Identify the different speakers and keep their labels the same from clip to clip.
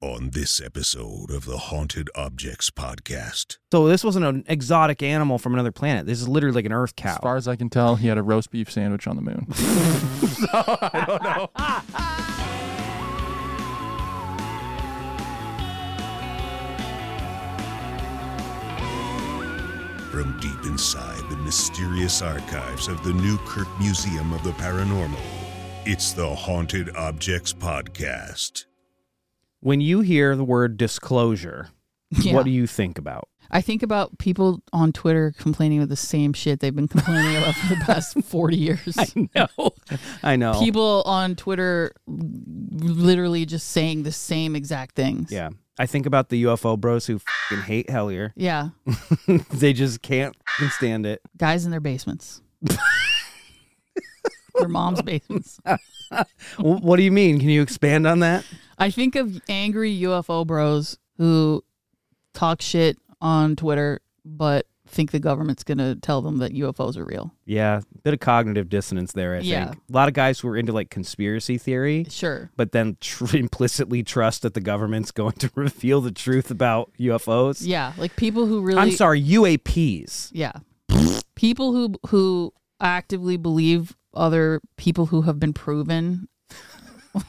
Speaker 1: on this episode of the Haunted Objects Podcast.
Speaker 2: So this wasn't an exotic animal from another planet. This is literally like an Earth cow.
Speaker 3: As far as I can tell, he had a roast beef sandwich on the moon.
Speaker 1: From deep inside the mysterious archives of the Newkirk Museum of the Paranormal, it's the Haunted Objects Podcast.
Speaker 2: when you hear the word disclosure,
Speaker 4: Yeah.
Speaker 2: what do you think about?
Speaker 4: I think about people on Twitter complaining about the same shit they've been complaining about for the past 40 years.
Speaker 2: No, I know.
Speaker 4: People on Twitter literally just saying the same exact things.
Speaker 2: yeah, I think about the UFO bros who fing hate Hellier.
Speaker 4: Yeah.
Speaker 2: they just can't fing stand it.
Speaker 4: Guys in their basements. their mom's basements.
Speaker 2: W- what do you mean? Can you expand on that?
Speaker 4: I think of angry UFO bros who talk shit on Twitter but think the government's going to tell them that UFOs are real.
Speaker 2: Yeah, bit of cognitive dissonance there. I
Speaker 4: Yeah.
Speaker 2: think a lot of guys who are into like conspiracy theory.
Speaker 4: Sure.
Speaker 2: But then tr- implicitly trust that the government's going to reveal the truth about UFOs.
Speaker 4: Yeah, like people who really
Speaker 2: I'm sorry, UAPs.
Speaker 4: Yeah. people who who actively believe other people who have been proven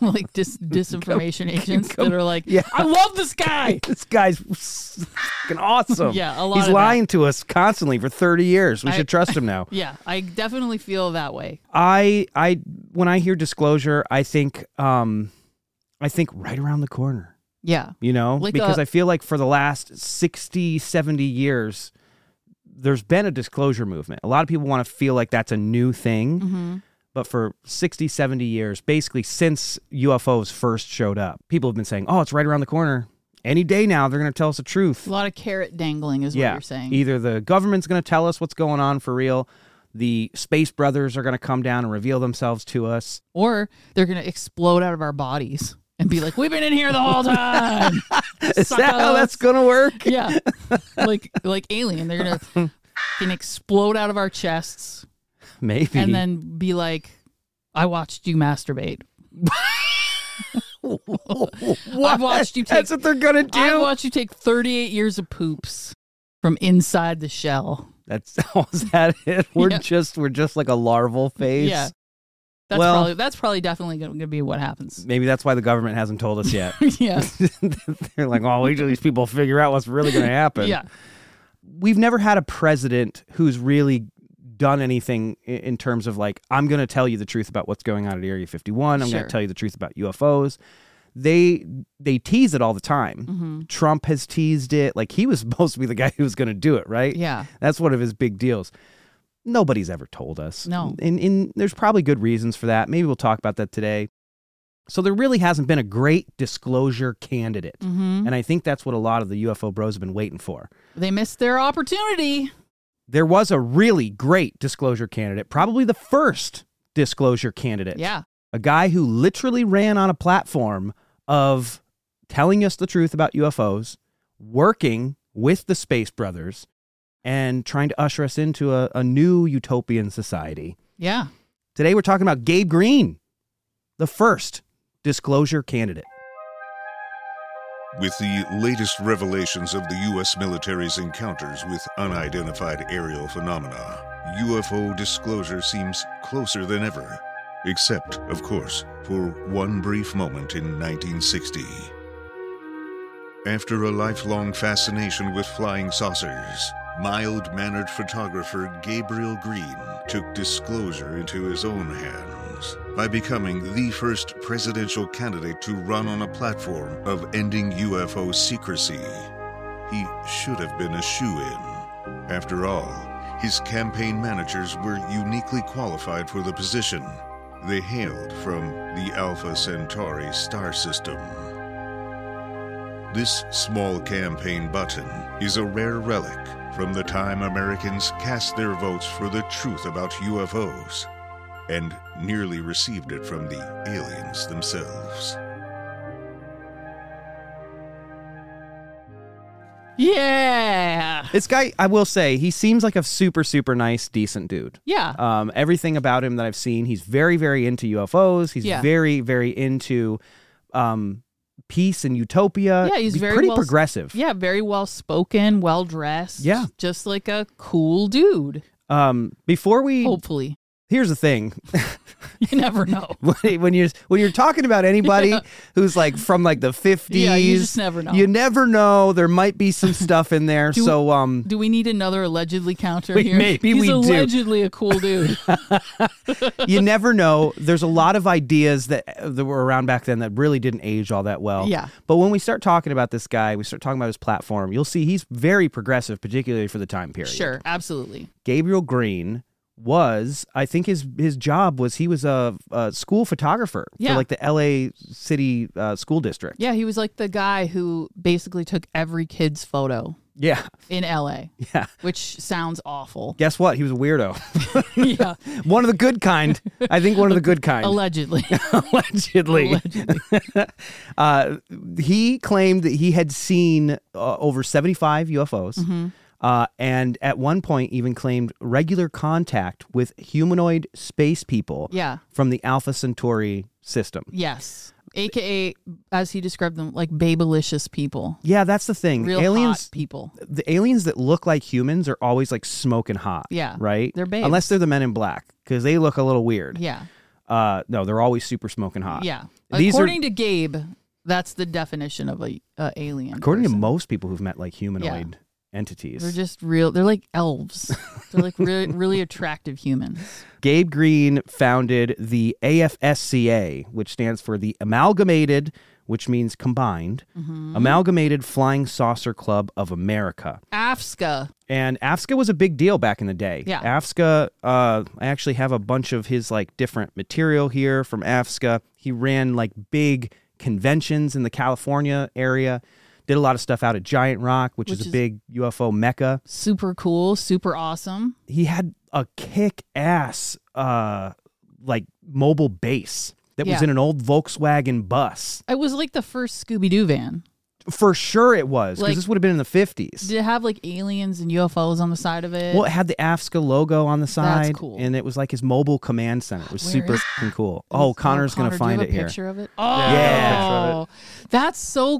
Speaker 4: like dis- disinformation agents that are like,
Speaker 2: Yeah.
Speaker 4: I love this guy.
Speaker 2: This guy's fucking awesome.
Speaker 4: Yeah, a lot
Speaker 2: He's
Speaker 4: of that.
Speaker 2: lying to us constantly for 30 years. We
Speaker 4: I-
Speaker 2: should trust him now.
Speaker 4: Yeah, I definitely feel that way.
Speaker 2: I I when I hear disclosure, I think um I think right around the corner,
Speaker 4: Yeah.
Speaker 2: you know?
Speaker 4: Like
Speaker 2: because
Speaker 4: a-
Speaker 2: I feel like for the last 60, 70 years there's been a disclosure movement. A lot of people want to feel like that's a new thing,
Speaker 4: Mm-hmm.
Speaker 2: but for 60, 70 years, basically since UFOs first showed up, people have been saying, "Oh, it's right around the corner. Any day now they're going to tell us the truth."
Speaker 4: A lot of carrot dangling is what you're saying.
Speaker 2: Either the government's going to tell us what's going on for real, the space brothers are going to come down and reveal themselves to us.
Speaker 4: or they're going to explode out of our bodies and be like, we've been in here the whole time.
Speaker 2: Is that how that's going to work?
Speaker 4: yeah. Like like alien, they're going to fucking explode out of our chests
Speaker 2: Maybe.
Speaker 4: and then be like, I watched you masturbate.
Speaker 2: What?
Speaker 4: watched you
Speaker 2: That's
Speaker 4: take-
Speaker 2: what they're going to do.
Speaker 4: I watched you take 38 years of poops from inside the shell.
Speaker 2: that's was that it. We're
Speaker 4: Yeah.
Speaker 2: just we're just like a larval phase.
Speaker 4: Yeah. That's
Speaker 2: Well-
Speaker 4: probably that's probably definitely going to be what happens.
Speaker 2: Maybe that's why the government hasn't told us yet.
Speaker 4: yeah.
Speaker 2: they're like, "Oh, wait till these people figure out what's really going to happen."
Speaker 4: Yeah.
Speaker 2: we've never had a president who's really done anything i- in terms of like I'm going to tell you the truth about what's going on at Area 51. I'm going
Speaker 4: Sure.
Speaker 2: to tell you the truth about UFOs. They they tease it all the time.
Speaker 4: hmm
Speaker 2: Trump has teased it. Like he was supposed to be the guy who was going to do it, right?
Speaker 4: Yeah.
Speaker 2: That's one of his big deals. Nobody's ever told us.
Speaker 4: No.
Speaker 2: And, and there's probably good reasons for that. Maybe we'll talk about that today. So there really hasn't been a great disclosure candidate.
Speaker 4: hmm
Speaker 2: And I think that's what a lot of the UFO bros have been waiting for
Speaker 4: They missed their opportunity.
Speaker 2: there was a really great disclosure candidate, probably the first disclosure candidate.
Speaker 4: Yeah.
Speaker 2: A guy who literally ran on a platform of telling us the truth about UFOs, working with the Space Brothers, and trying to usher us into a, a new utopian society.
Speaker 4: Yeah.
Speaker 2: Today we're talking about Gabe Green, the first disclosure candidate.
Speaker 1: With the latest revelations of the U.S. military's encounters with unidentified aerial phenomena, UFO disclosure seems closer than ever. Except, of course, for one brief moment in 1960. After a lifelong fascination with flying saucers, mild mannered photographer Gabriel Green took disclosure into his own hands by becoming the first presidential candidate to run on a platform of ending UFO secrecy. He should have been a shoe in. After all, his campaign managers were uniquely qualified for the position. They hailed from the Alpha Centauri star system. This small campaign button is a rare relic from the time Americans cast their votes for the truth about UFOs and nearly received it from the aliens themselves.
Speaker 4: Yeah.
Speaker 2: This guy, I will say, he seems like a super, super nice, decent dude.
Speaker 4: Yeah.
Speaker 2: um, everything about him that I've seen, he's very, very into UFOs. He's
Speaker 4: Yeah.
Speaker 2: very, very into um, peace and utopia.
Speaker 4: Yeah, he's
Speaker 2: Be
Speaker 4: very
Speaker 2: pretty
Speaker 4: well-
Speaker 2: progressive.
Speaker 4: Yeah, very well spoken, well dressed.
Speaker 2: Yeah.
Speaker 4: Just like a cool dude.
Speaker 2: Um, before we
Speaker 4: Hopefully.
Speaker 2: here's the thing:
Speaker 4: You never know.
Speaker 2: when when you're when you're talking about anybody who's like from like the fifties,
Speaker 4: Yeah, you just never know.
Speaker 2: You never know. There might be some stuff in there.
Speaker 4: Do-
Speaker 2: so um,
Speaker 4: Do we need another allegedly counter
Speaker 2: We-
Speaker 4: here?
Speaker 2: maybe
Speaker 4: He's
Speaker 2: we do.
Speaker 4: allegedly a cool dude.
Speaker 2: you never know. There's a lot of ideas that that were around back then that really didn't age all that well.
Speaker 4: Yeah.
Speaker 2: But when we start talking about this guy, we start talking about his platform. You'll see he's very progressive, particularly for the time period.
Speaker 4: sure, absolutely.
Speaker 2: Gabriel Green was, I think his his job was he was a, a school photographer
Speaker 4: Yeah.
Speaker 2: for like the L.A. City uh, school district.
Speaker 4: Yeah, he was like the guy who basically took every kid's photo
Speaker 2: Yeah.
Speaker 4: in LA,
Speaker 2: Yeah.
Speaker 4: which sounds awful.
Speaker 2: Guess what? He was a weirdo.
Speaker 4: yeah,
Speaker 2: one of the good kind. I think one of the good kind.
Speaker 4: allegedly.
Speaker 2: allegedly. uh, he claimed that he had seen uh, over 75 UFOs.
Speaker 4: Mm-hmm.
Speaker 2: Uh, and at one point, even claimed regular contact with humanoid space people
Speaker 4: yeah.
Speaker 2: from the Alpha Centauri system.
Speaker 4: Yes. AKA, as he described them, like babylicious people.
Speaker 2: Yeah, that's the thing.
Speaker 4: Real
Speaker 2: aliens,
Speaker 4: hot people.
Speaker 2: the aliens that look like humans are always like smoking hot.
Speaker 4: Yeah,
Speaker 2: right.
Speaker 4: they're babes.
Speaker 2: unless they're the Men in Black because they look a little weird.
Speaker 4: Yeah.
Speaker 2: Uh, no, they're always super smoking hot.
Speaker 4: Yeah.
Speaker 2: Ah. These are-
Speaker 4: according to Gabe, that's the definition of a uh, alien.
Speaker 2: According to
Speaker 4: person.
Speaker 2: most people who've met like humanoid entities,
Speaker 4: they're just real. They're like elves. they're like really, really attractive humans.
Speaker 2: Gabe Green founded the AFSCA, which stands for the Amalgamated, which means combined,
Speaker 4: Mm-hmm.
Speaker 2: Amalgamated Flying Saucer Club of America.
Speaker 4: AFSCA.
Speaker 2: And AFSCA was a big deal back in the day.
Speaker 4: Yeah.
Speaker 2: AFSCA, uh, I actually have a bunch of his like different material here from AFSCA. He ran like big conventions in the California area, did a lot of stuff out at Giant Rock, which,
Speaker 4: Which
Speaker 2: is a
Speaker 4: is-
Speaker 2: big UFO mecca.
Speaker 4: Super cool. Super awesome.
Speaker 2: he had a kick ass uh like mobile base that was
Speaker 4: Yeah.
Speaker 2: in an old Volkswagen bus.
Speaker 4: It was like the first Scooby Doo van.
Speaker 2: For sure it was because
Speaker 4: Like-
Speaker 2: this would have been in the 50s.
Speaker 4: Did it have like aliens and UFOs on the side of it?
Speaker 2: well, it had the AFSCA logo on the side
Speaker 4: cool.
Speaker 2: and it was like his mobile command center. It was
Speaker 4: Where
Speaker 2: super
Speaker 4: is-
Speaker 2: f***ing cool. Oh, Connor's going to
Speaker 4: Connor, do you
Speaker 2: find it
Speaker 4: have a
Speaker 2: here.
Speaker 4: Picture of it. Oh,
Speaker 3: I have
Speaker 4: that's so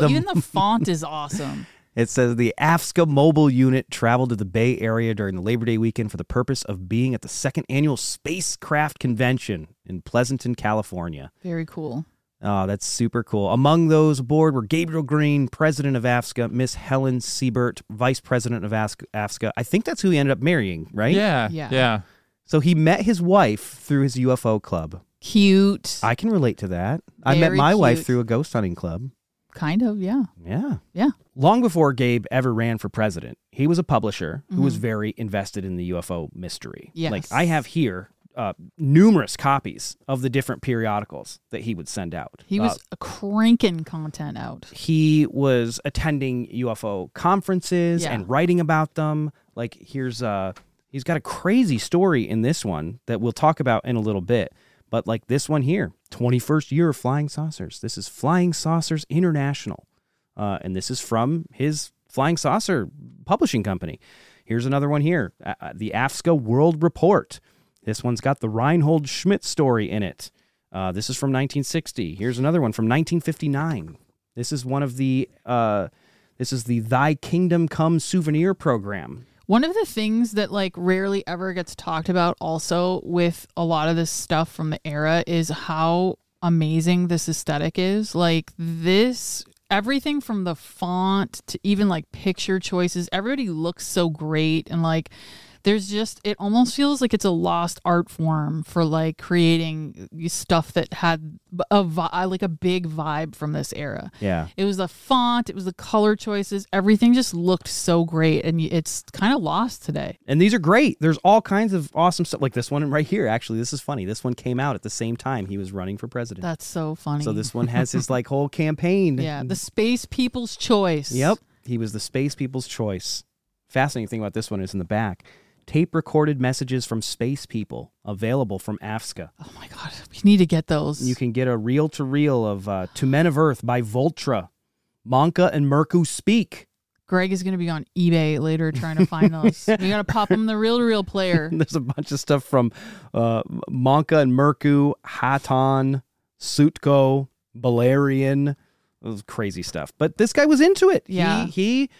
Speaker 2: The-
Speaker 4: Even the font is awesome.
Speaker 2: It says the AFSCA mobile unit traveled to the Bay Area during the Labor Day weekend for the purpose of being at the second annual spacecraft convention in Pleasanton, California.
Speaker 4: Very cool.
Speaker 2: Oh, that's super cool. Among those aboard were Gabriel Green, president of AFSCA, Miss Helen Siebert, vice president of AFSCA- AFSCA. I think that's who he ended up marrying, right?
Speaker 3: Yeah,
Speaker 4: Yeah.
Speaker 3: yeah.
Speaker 2: So he met his wife through his UFO club.
Speaker 4: Cute.
Speaker 2: I can relate to that. I met
Speaker 4: Very
Speaker 2: my wife
Speaker 4: cute.
Speaker 2: through a ghost hunting club.
Speaker 4: kind of. Yeah.
Speaker 2: Yeah.
Speaker 4: Yeah.
Speaker 2: Long before Gabe ever ran for president, he was a publisher who was very invested in the UFO mystery.
Speaker 4: Mm-hmm. Yes.
Speaker 2: Like I have here uh, numerous copies of the different periodicals that he would send out.
Speaker 4: He
Speaker 2: Uh,
Speaker 4: was cranking content out.
Speaker 2: he was attending UFO conferences
Speaker 4: Yeah.
Speaker 2: and writing about them. Like here's uh he's got a crazy story in this one that we'll talk about in a little bit. But like this one here, 21st year of flying saucers. This is Flying Saucers International. Uh, and this is from his Flying Saucer publishing company. Here's another one here, uh, uh, the AFSCA World Report. This one's got the Reinhold Schmidt story in it. Uh, this is from 1960. Here's another one from 1959. This is one of the uh, this is the Thy Kingdom Come souvenir program.
Speaker 4: One of the things that like rarely ever gets talked about also with a lot of this stuff from the era is how amazing this aesthetic is. Like this everything from the font to even like picture choices, everybody looks so great and like there's just it almost feels like it's a lost art form for like creating stuff that had a vi- like a big vibe from this era.
Speaker 2: Yeah.
Speaker 4: It was the font, it was the color choices, everything just looked so great, and y- it's kind of lost today.
Speaker 2: And these are great. There's all kinds of awesome stuff like this one right here. Actually, this is funny. This one came out at the same time he was running for president.
Speaker 4: That's so funny.
Speaker 2: So this one has his like whole campaign.
Speaker 4: yeah, the space people's choice.
Speaker 2: Yep. He was the space people's choice. Fascinating thing about this one is in the back. Tape recorded messages from space people available from AFSCA.
Speaker 4: Oh my god, we need to get those.
Speaker 2: You can get a reel to reel of uh, To Men of Earth by Voltra, Monka and Merku Speak.
Speaker 4: Greg is gonna be on eBay later trying to find those. We gotta pop him the real to real player.
Speaker 2: There's a bunch of stuff from uh, Monka and Merku, Hatan, Sutko, Balerian, those crazy stuff. But this guy was into it. He-
Speaker 4: Yeah.
Speaker 2: he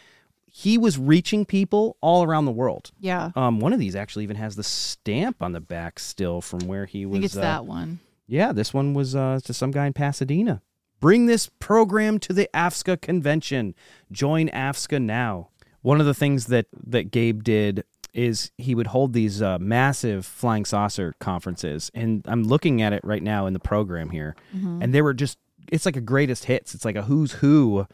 Speaker 2: he was reaching people all around the world.
Speaker 4: Yeah.
Speaker 2: Um, one of these actually even has the stamp on the back still from where he
Speaker 4: I
Speaker 2: was.
Speaker 4: think it's
Speaker 2: uh,
Speaker 4: that one.
Speaker 2: Yeah, this one was uh, to some guy in Pasadena. Bring this program to the AFSCA convention. Join AFSCA now. One of the things that that Gabe did is he would hold these uh, massive flying saucer conferences, and I'm looking at it right now in the program here, and they were just it's like a greatest hits. It's like a who's who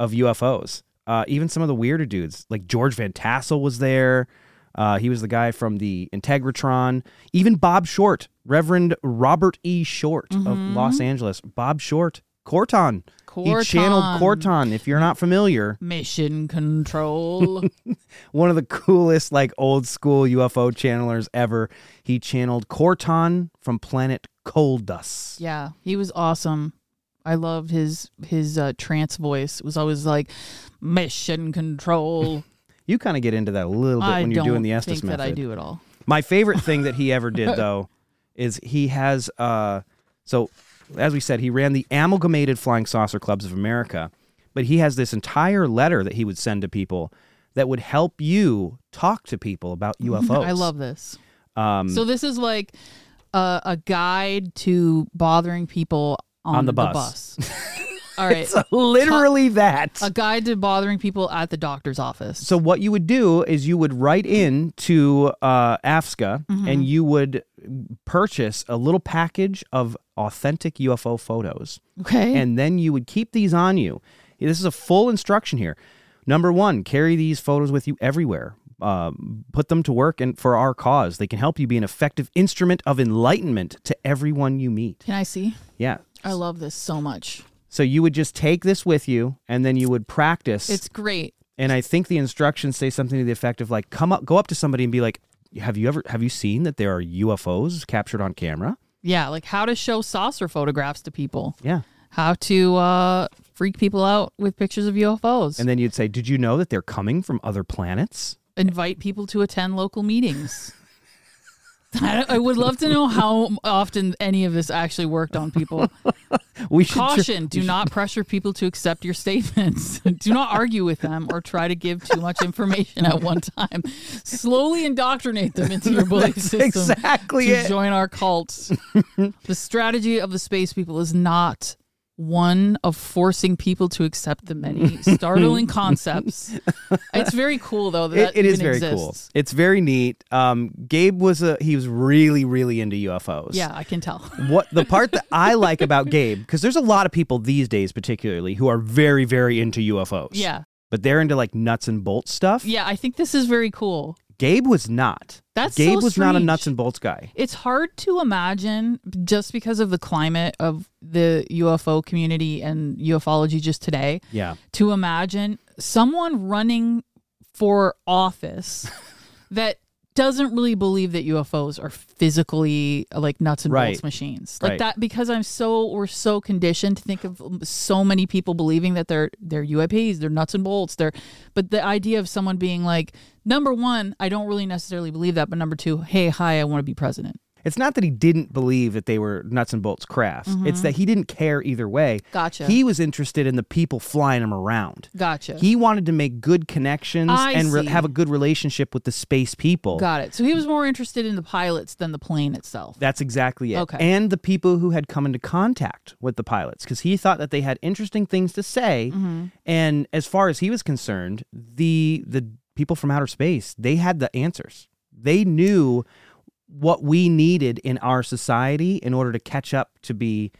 Speaker 2: of UFOs. Uh, even some of the weirder dudes, like George Van Tassel, was there. Uh, he was the guy from the Integratron. Even Bob Short, Reverend Robert E. Short of
Speaker 4: Mm-hmm.
Speaker 2: Los Angeles. Bob Short, Corton. He channeled Corton. If you're not familiar,
Speaker 4: Mission control.
Speaker 2: one of the coolest, like old school UFO channelers ever. He channeled Corton from planet Coldus.
Speaker 4: yeah, he was awesome. I loved his his uh, trance voice. It was always like mission control.
Speaker 2: You kind of get into that a little bit
Speaker 4: I
Speaker 2: when
Speaker 4: don't
Speaker 2: you're doing the Estes
Speaker 4: think
Speaker 2: method.
Speaker 4: that I do at all.
Speaker 2: My favorite thing that he ever did though is he has uh so as we said he ran the Amalgamated Flying Saucer Clubs of America, but he has this entire letter that he would send to people that would help you talk to people about UFOs.
Speaker 4: I love this.
Speaker 2: um
Speaker 4: So this is like a, a guide to bothering people on,
Speaker 2: On the bus.
Speaker 4: bus. all right,
Speaker 2: it's literally that.
Speaker 4: a guide to bothering people at the doctor's office.
Speaker 2: So what you would do is you would write in to uh, AFSCA
Speaker 4: Mm-hmm.
Speaker 2: and you would purchase a little package of authentic UFO photos.
Speaker 4: okay,
Speaker 2: and then you would keep these on you. This is a full instruction here. Number one, carry these photos with you everywhere. Um, put them to work and for our cause. They can help you be an effective instrument of enlightenment to everyone you meet.
Speaker 4: can I see?
Speaker 2: Yeah.
Speaker 4: I love this so much.
Speaker 2: So you would just take this with you, and then you would practice.
Speaker 4: It's great.
Speaker 2: and I think the instructions say something to the effect of like, come up, go up to somebody and be like, have you ever have you seen that there are UFOs captured on camera?
Speaker 4: Yeah, like how to show saucer photographs to people,
Speaker 2: Yeah.
Speaker 4: how to uh, freak people out with pictures of UFOs,
Speaker 2: And then you'd say, did you know that they're coming from other planets?
Speaker 4: invite people to attend local meetings. I, I would love to know how often any of this actually worked on people.
Speaker 2: We should tr-
Speaker 4: Caution: Do not pressure people to accept your statements. do not argue with them or try to give too much information at one time. Slowly indoctrinate them into your belief system.
Speaker 2: exactly
Speaker 4: to
Speaker 2: it.
Speaker 4: join our cult. the strategy of the space people is not one of forcing people to accept the many startling concepts. It's very cool though that
Speaker 2: It- it
Speaker 4: that
Speaker 2: is
Speaker 4: even
Speaker 2: very cool.
Speaker 4: exists.
Speaker 2: It's very neat. Um, Gabe was a he was really really into UFOs.
Speaker 4: Yeah, I can tell.
Speaker 2: What the part that I like about Gabe because there's a lot of people these days particularly who are very very into UFOs.
Speaker 4: Yeah.
Speaker 2: But they're into like nuts and bolts stuff.
Speaker 4: Yeah, I think this is very cool.
Speaker 2: Gabe was not.
Speaker 4: That's so
Speaker 2: Gabe was not a
Speaker 4: strange.
Speaker 2: nuts and bolts guy.
Speaker 4: It's hard to imagine just because of the climate of the UFO community and ufology just today.
Speaker 2: Yeah.
Speaker 4: to imagine someone running for office that doesn't really believe that UFOs are physically uh, like nuts and
Speaker 2: Right.
Speaker 4: bolts machines like
Speaker 2: Right.
Speaker 4: that because I'm so we're so conditioned to think of um, so many people believing that they're they're UAPs they're nuts and bolts they're but the idea of someone being like number one I don't really necessarily believe that but number two hey hi I want to be president
Speaker 2: It's not that he didn't believe that they were nuts and bolts crafts. It's that he didn't care either way.
Speaker 4: Mm-hmm. Gotcha.
Speaker 2: He was interested in the people flying him around.
Speaker 4: gotcha
Speaker 2: He wanted to make good connections
Speaker 4: I
Speaker 2: and re-
Speaker 4: see.
Speaker 2: have a good relationship with the space people.
Speaker 4: got it so he was more interested in the pilots than the plane itself
Speaker 2: That's exactly it.
Speaker 4: Okay.
Speaker 2: And the people who had come into contact with the pilots, because he thought that they had interesting things to say.
Speaker 4: Mm-hmm.
Speaker 2: And as far as he was concerned, the the people from outer space, they had the answers. They knew what we needed in our society in order to catch up to be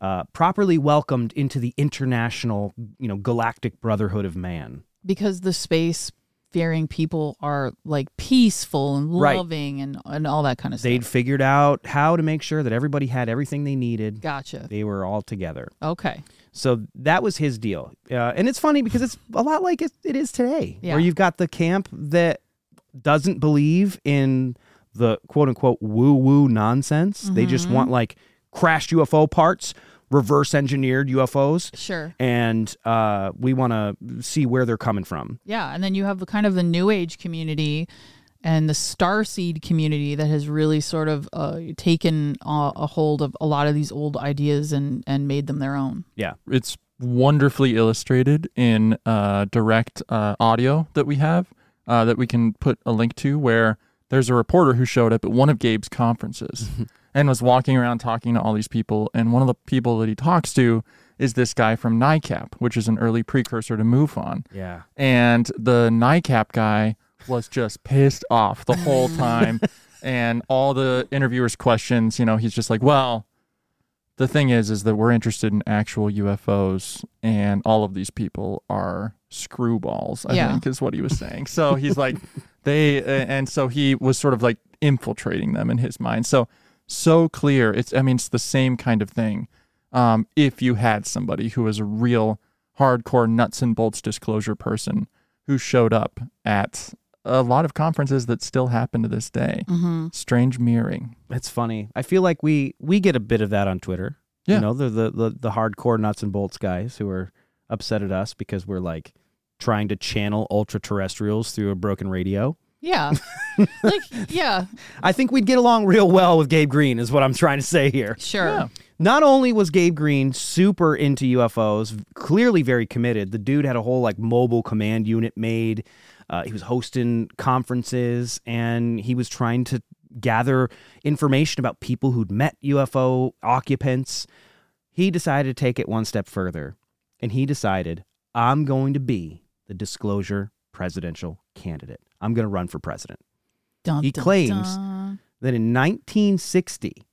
Speaker 2: uh, properly welcomed into the international, you know, galactic brotherhood of man.
Speaker 4: because the space fearing people are like peaceful and
Speaker 2: Right.
Speaker 4: loving and and all that kind of
Speaker 2: They'd
Speaker 4: stuff.
Speaker 2: figured out how to make sure that everybody had everything they needed.
Speaker 4: Gotcha.
Speaker 2: They were all together.
Speaker 4: Okay.
Speaker 2: So that was his deal. Uh, and it's funny because it's a lot like it, it is today,
Speaker 4: Yeah.
Speaker 2: where you've got the camp that doesn't believe in the quote unquote woo woo nonsense. They just want like crashed UFO parts, reverse engineered UFOs,
Speaker 4: Sure.
Speaker 2: and uh, we want to see where they're coming from.
Speaker 4: Yeah, and then you have the kind of the new age community and the starseed community that has really sort of uh, taken a, a hold of a lot of these old ideas and, and made them their own.
Speaker 3: It's wonderfully illustrated in uh, direct uh, audio that we have uh, that we can put a link to where there's a reporter who showed up at one of Gabe's conferences and was walking around talking to all these people. And one of the people that he talks to is this guy from NICAP, which is an early precursor to MUFON.
Speaker 2: Yeah.
Speaker 3: and the NICAP guy was just pissed off the whole time. and all the interviewers' questions, you know, he's just like, well, the thing is, is that we're interested in actual UFOs, and all of these people are screwballs, I
Speaker 4: Yeah.
Speaker 3: think is what he was saying. So he's like, they, a- and so he was sort of like infiltrating them in his mind. So, so clear. It's, I mean, it's the same kind of thing. Um, if you had somebody who was a real hardcore nuts and bolts disclosure person who showed up at a lot of conferences that still happen to this day.
Speaker 4: Mm-hmm.
Speaker 3: Strange mirroring.
Speaker 2: That's funny. I feel like we we get a bit of that on Twitter.
Speaker 3: Yeah.
Speaker 2: You know, the the the, the hardcore nuts and bolts guys who are upset at us because we're like trying to channel ultra terrestrials through a broken radio.
Speaker 4: Yeah. like, yeah,
Speaker 2: I think we'd get along real well with Gabe Green is what I'm trying to say here.
Speaker 4: sure.
Speaker 3: Yeah.
Speaker 2: Not only was Gabe Green super into UFOs, clearly very committed. The dude had a whole like mobile command unit made. Uh, he was hosting conferences and he was trying to gather information about people who'd met UFO occupants. He decided to take it one step further and he decided, I'm going to be the disclosure presidential candidate. I'm going to run for president
Speaker 4: Dun,
Speaker 2: He
Speaker 4: dun,
Speaker 2: claims-
Speaker 4: dun.
Speaker 2: that in 1960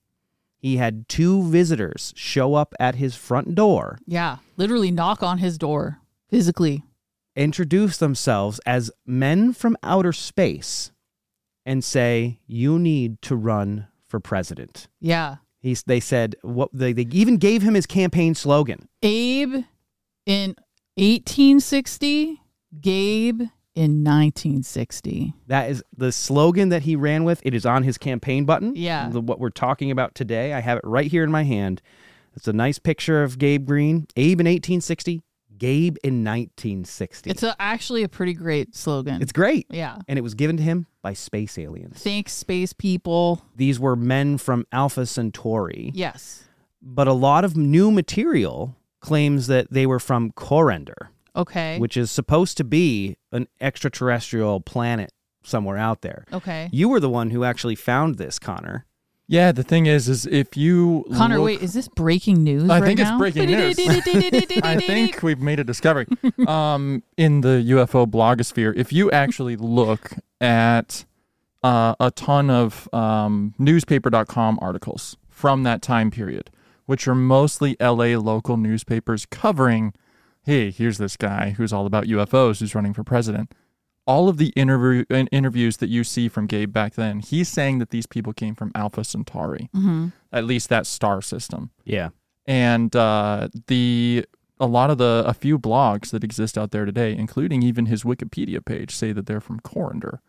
Speaker 2: he had two visitors show up at his front door
Speaker 4: Yeah. Literally knock on his door physically.
Speaker 2: introduce themselves as men from outer space and say you need to run for president
Speaker 4: Yeah.
Speaker 2: he, they said what they, they even gave him his campaign slogan
Speaker 4: Abe in 1860, Gabe in 1960.
Speaker 2: that is the slogan that he ran with it is on his campaign button
Speaker 4: Yeah.
Speaker 2: the, what we're talking about today i have it right here in my hand it's a nice picture of gabe green abe in 1860 gabe in 1960
Speaker 4: It's a, actually a pretty great slogan.
Speaker 2: It's great.
Speaker 4: yeah.
Speaker 2: And it was given to him by space aliens.
Speaker 4: Thanks, space people.
Speaker 2: These were men from Alpha Centauri,
Speaker 4: Yes.
Speaker 2: but a lot of new material claims that they were from Corender,
Speaker 4: Okay.
Speaker 2: which is supposed to be an extraterrestrial planet somewhere out there.
Speaker 4: okay.
Speaker 2: You were the one who actually found this, Connor.
Speaker 3: Yeah, the thing is, is if you
Speaker 4: Connor,
Speaker 3: look-
Speaker 4: wait, is this breaking news?
Speaker 3: I
Speaker 4: right
Speaker 3: think it's
Speaker 4: now?
Speaker 3: breaking news. I think we've made a discovery. um, in the UFO blogosphere, if you actually look at uh, a ton of um, newspaper.com articles from that time period, which are mostly LA local newspapers covering, hey, here's this guy who's all about UFOs who's running for president. All of the interview in- interviews that you see from Gabe back then, he's saying that these people came from Alpha Centauri,
Speaker 4: hmm
Speaker 3: at least that star system
Speaker 2: Yeah.
Speaker 3: and uh, the a lot of the a few blogs that exist out there today, including even his Wikipedia page, say that they're from Corinder,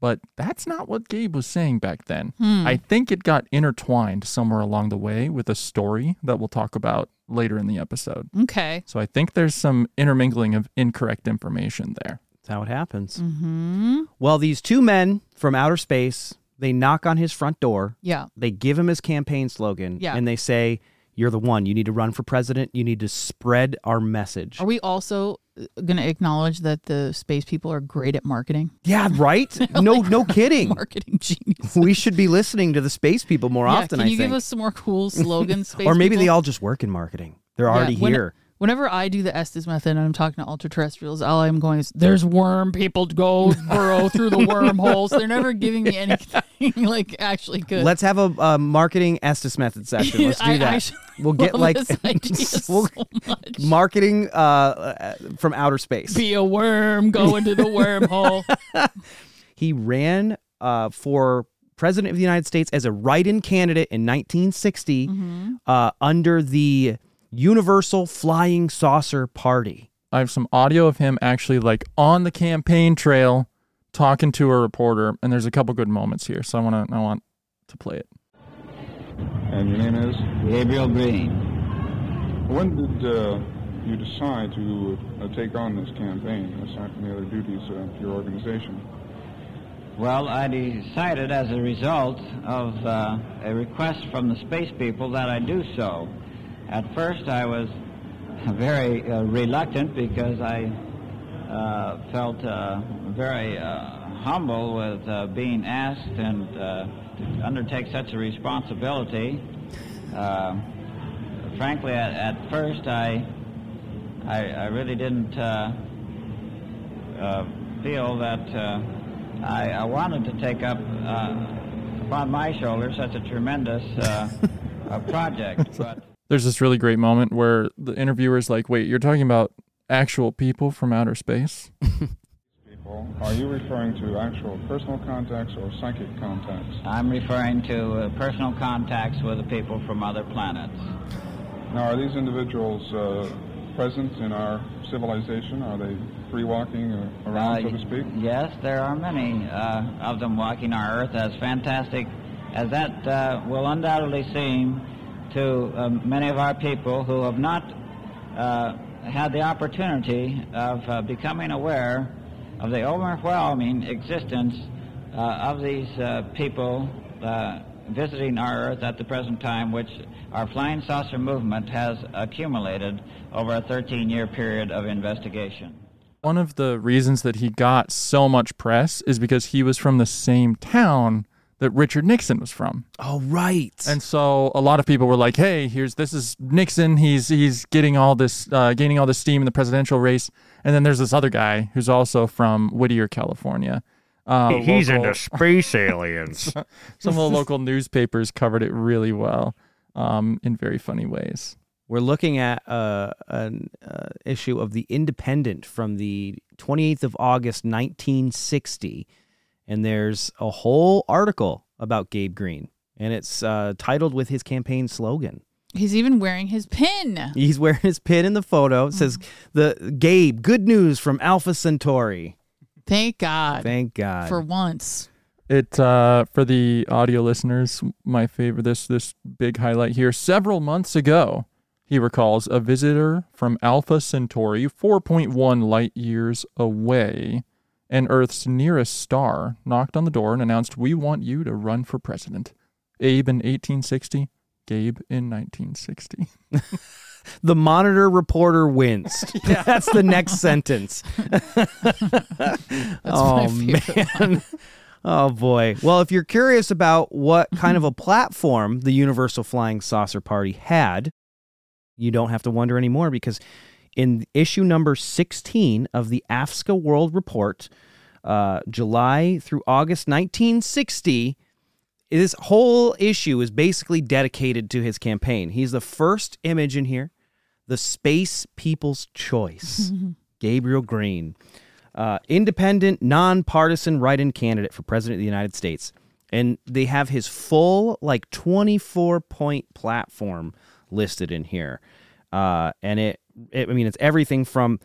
Speaker 3: but that's not what Gabe was saying back then.
Speaker 4: Hmm.
Speaker 3: I think it got intertwined somewhere along the way with a story that we'll talk about later in the episode.
Speaker 4: Okay.
Speaker 3: So I think there's some intermingling of incorrect information there.
Speaker 2: That's how it happens.
Speaker 4: hmm
Speaker 2: Well, these two men from outer space, they knock on his front door.
Speaker 4: Yeah.
Speaker 2: they give him his campaign slogan
Speaker 4: Yeah.
Speaker 2: and they say you're the one you need to run for president you need to spread our message
Speaker 4: Are we also going to acknowledge that the space people are great at marketing?
Speaker 2: yeah right no no kidding
Speaker 4: Marketing genius.
Speaker 2: we should be listening to the space people more
Speaker 4: Yeah,
Speaker 2: often
Speaker 4: can
Speaker 2: i
Speaker 4: you
Speaker 2: think
Speaker 4: give us some more cool slogans? space
Speaker 2: or maybe
Speaker 4: people?
Speaker 2: they all just work in marketing they're
Speaker 4: Yeah,
Speaker 2: already
Speaker 4: when-
Speaker 2: here
Speaker 4: Whenever I do the Estes method and I'm talking to ultra-terrestrials, all I'm going is, "There's worm people go burrow through the wormholes." They're never giving me anything like actually good.
Speaker 2: let's have a, a marketing estes method session let's do
Speaker 4: I
Speaker 2: that
Speaker 4: actually
Speaker 2: we'll get
Speaker 4: love
Speaker 2: like
Speaker 4: this idea so
Speaker 2: we'll-
Speaker 4: much.
Speaker 2: marketing uh, uh, from outer space
Speaker 4: Be a worm, go into the wormhole.
Speaker 2: He ran uh, for president of the United States as a write-in candidate in 1960 uh, under the Universal Flying Saucer Party.
Speaker 3: I have some audio of him actually like on the campaign trail talking to a reporter, and there's a couple good moments here. So I want to I want to play it.
Speaker 5: And your name is?
Speaker 6: Gabriel Green.
Speaker 5: When did uh, you decide to uh, take on this campaign aside from the other duties of your organization?
Speaker 6: Well, I decided as a result of uh, a request from the space people that I do so. At first, I was very uh, reluctant because I uh, felt uh, very uh, humble with uh, being asked and uh, to undertake such a responsibility. Uh, frankly, at, at first, I, I I really didn't. Uh, uh, feel that uh, I, I wanted to take up uh, upon my shoulders such a tremendous uh, uh, project. But
Speaker 3: There's this really great moment where the interviewer's like, "Wait, you're talking about actual people from outer space?"
Speaker 5: people, are you referring to actual personal contacts or psychic contacts?
Speaker 6: I'm referring to uh, personal contacts with the people from other planets.
Speaker 5: Now, are these individuals uh, present in our civilization? Are they free walking uh, around, so to speak?
Speaker 6: Yes, there are many uh, of them walking our Earth, as fantastic as that uh, will undoubtedly seem to um, many of our people who have not uh, had the opportunity of uh, becoming aware of the overwhelming existence uh, of these uh, people uh, visiting our Earth at the present time, which our flying saucer movement has accumulated over a 13 year period of investigation.
Speaker 3: One of the reasons that he got so much press is because he was from the same town that Richard Nixon was from.
Speaker 2: Oh, right.
Speaker 3: And so a lot of people were like, "Hey, here's this is Nixon. He's he's getting all this uh, gaining all this steam in the presidential race." And then there's this other guy who's also from Whittier, California. Uh,
Speaker 7: He's
Speaker 3: local-
Speaker 7: into space aliens.
Speaker 3: some of the local newspapers covered it really well um, in very funny ways.
Speaker 2: We're looking at uh, an uh, issue of The Independent from the 28th of August, 1960. And there's a whole article about Gabe Green, and it's uh, titled with his campaign slogan.
Speaker 4: He's even wearing his pin.
Speaker 2: He's wearing his pin in the photo. It says, "The Gabe, good news from Alpha Centauri.
Speaker 4: Thank God.
Speaker 2: Thank God."
Speaker 4: for once.
Speaker 3: It uh, for the audio listeners, my favorite this this big highlight here. Several months ago, he recalls a visitor from Alpha Centauri, 4.1 light years away, and Earth's nearest star, knocked on the door and announced, "We want you to run for president." Abe in 1860, Gabe in 1960.
Speaker 2: the monitor reporter winced. That's the next sentence.
Speaker 4: That's
Speaker 2: oh
Speaker 4: my favorite.
Speaker 2: man. Oh boy. Well, if you're curious about what
Speaker 4: Mm-hmm.
Speaker 2: kind of a platform the Universal Flying Saucer Party had, you don't have to wonder anymore because in issue number 16 of the AFSCA World Report, uh, July through August 1960, this whole issue is basically dedicated to his campaign. He's the first image in here, the space people's choice, Gabriel Green, uh, independent, nonpartisan write-in candidate for president of the United States, and they have his full like twenty-four point platform listed in here, uh, and it, it, I mean, it's everything from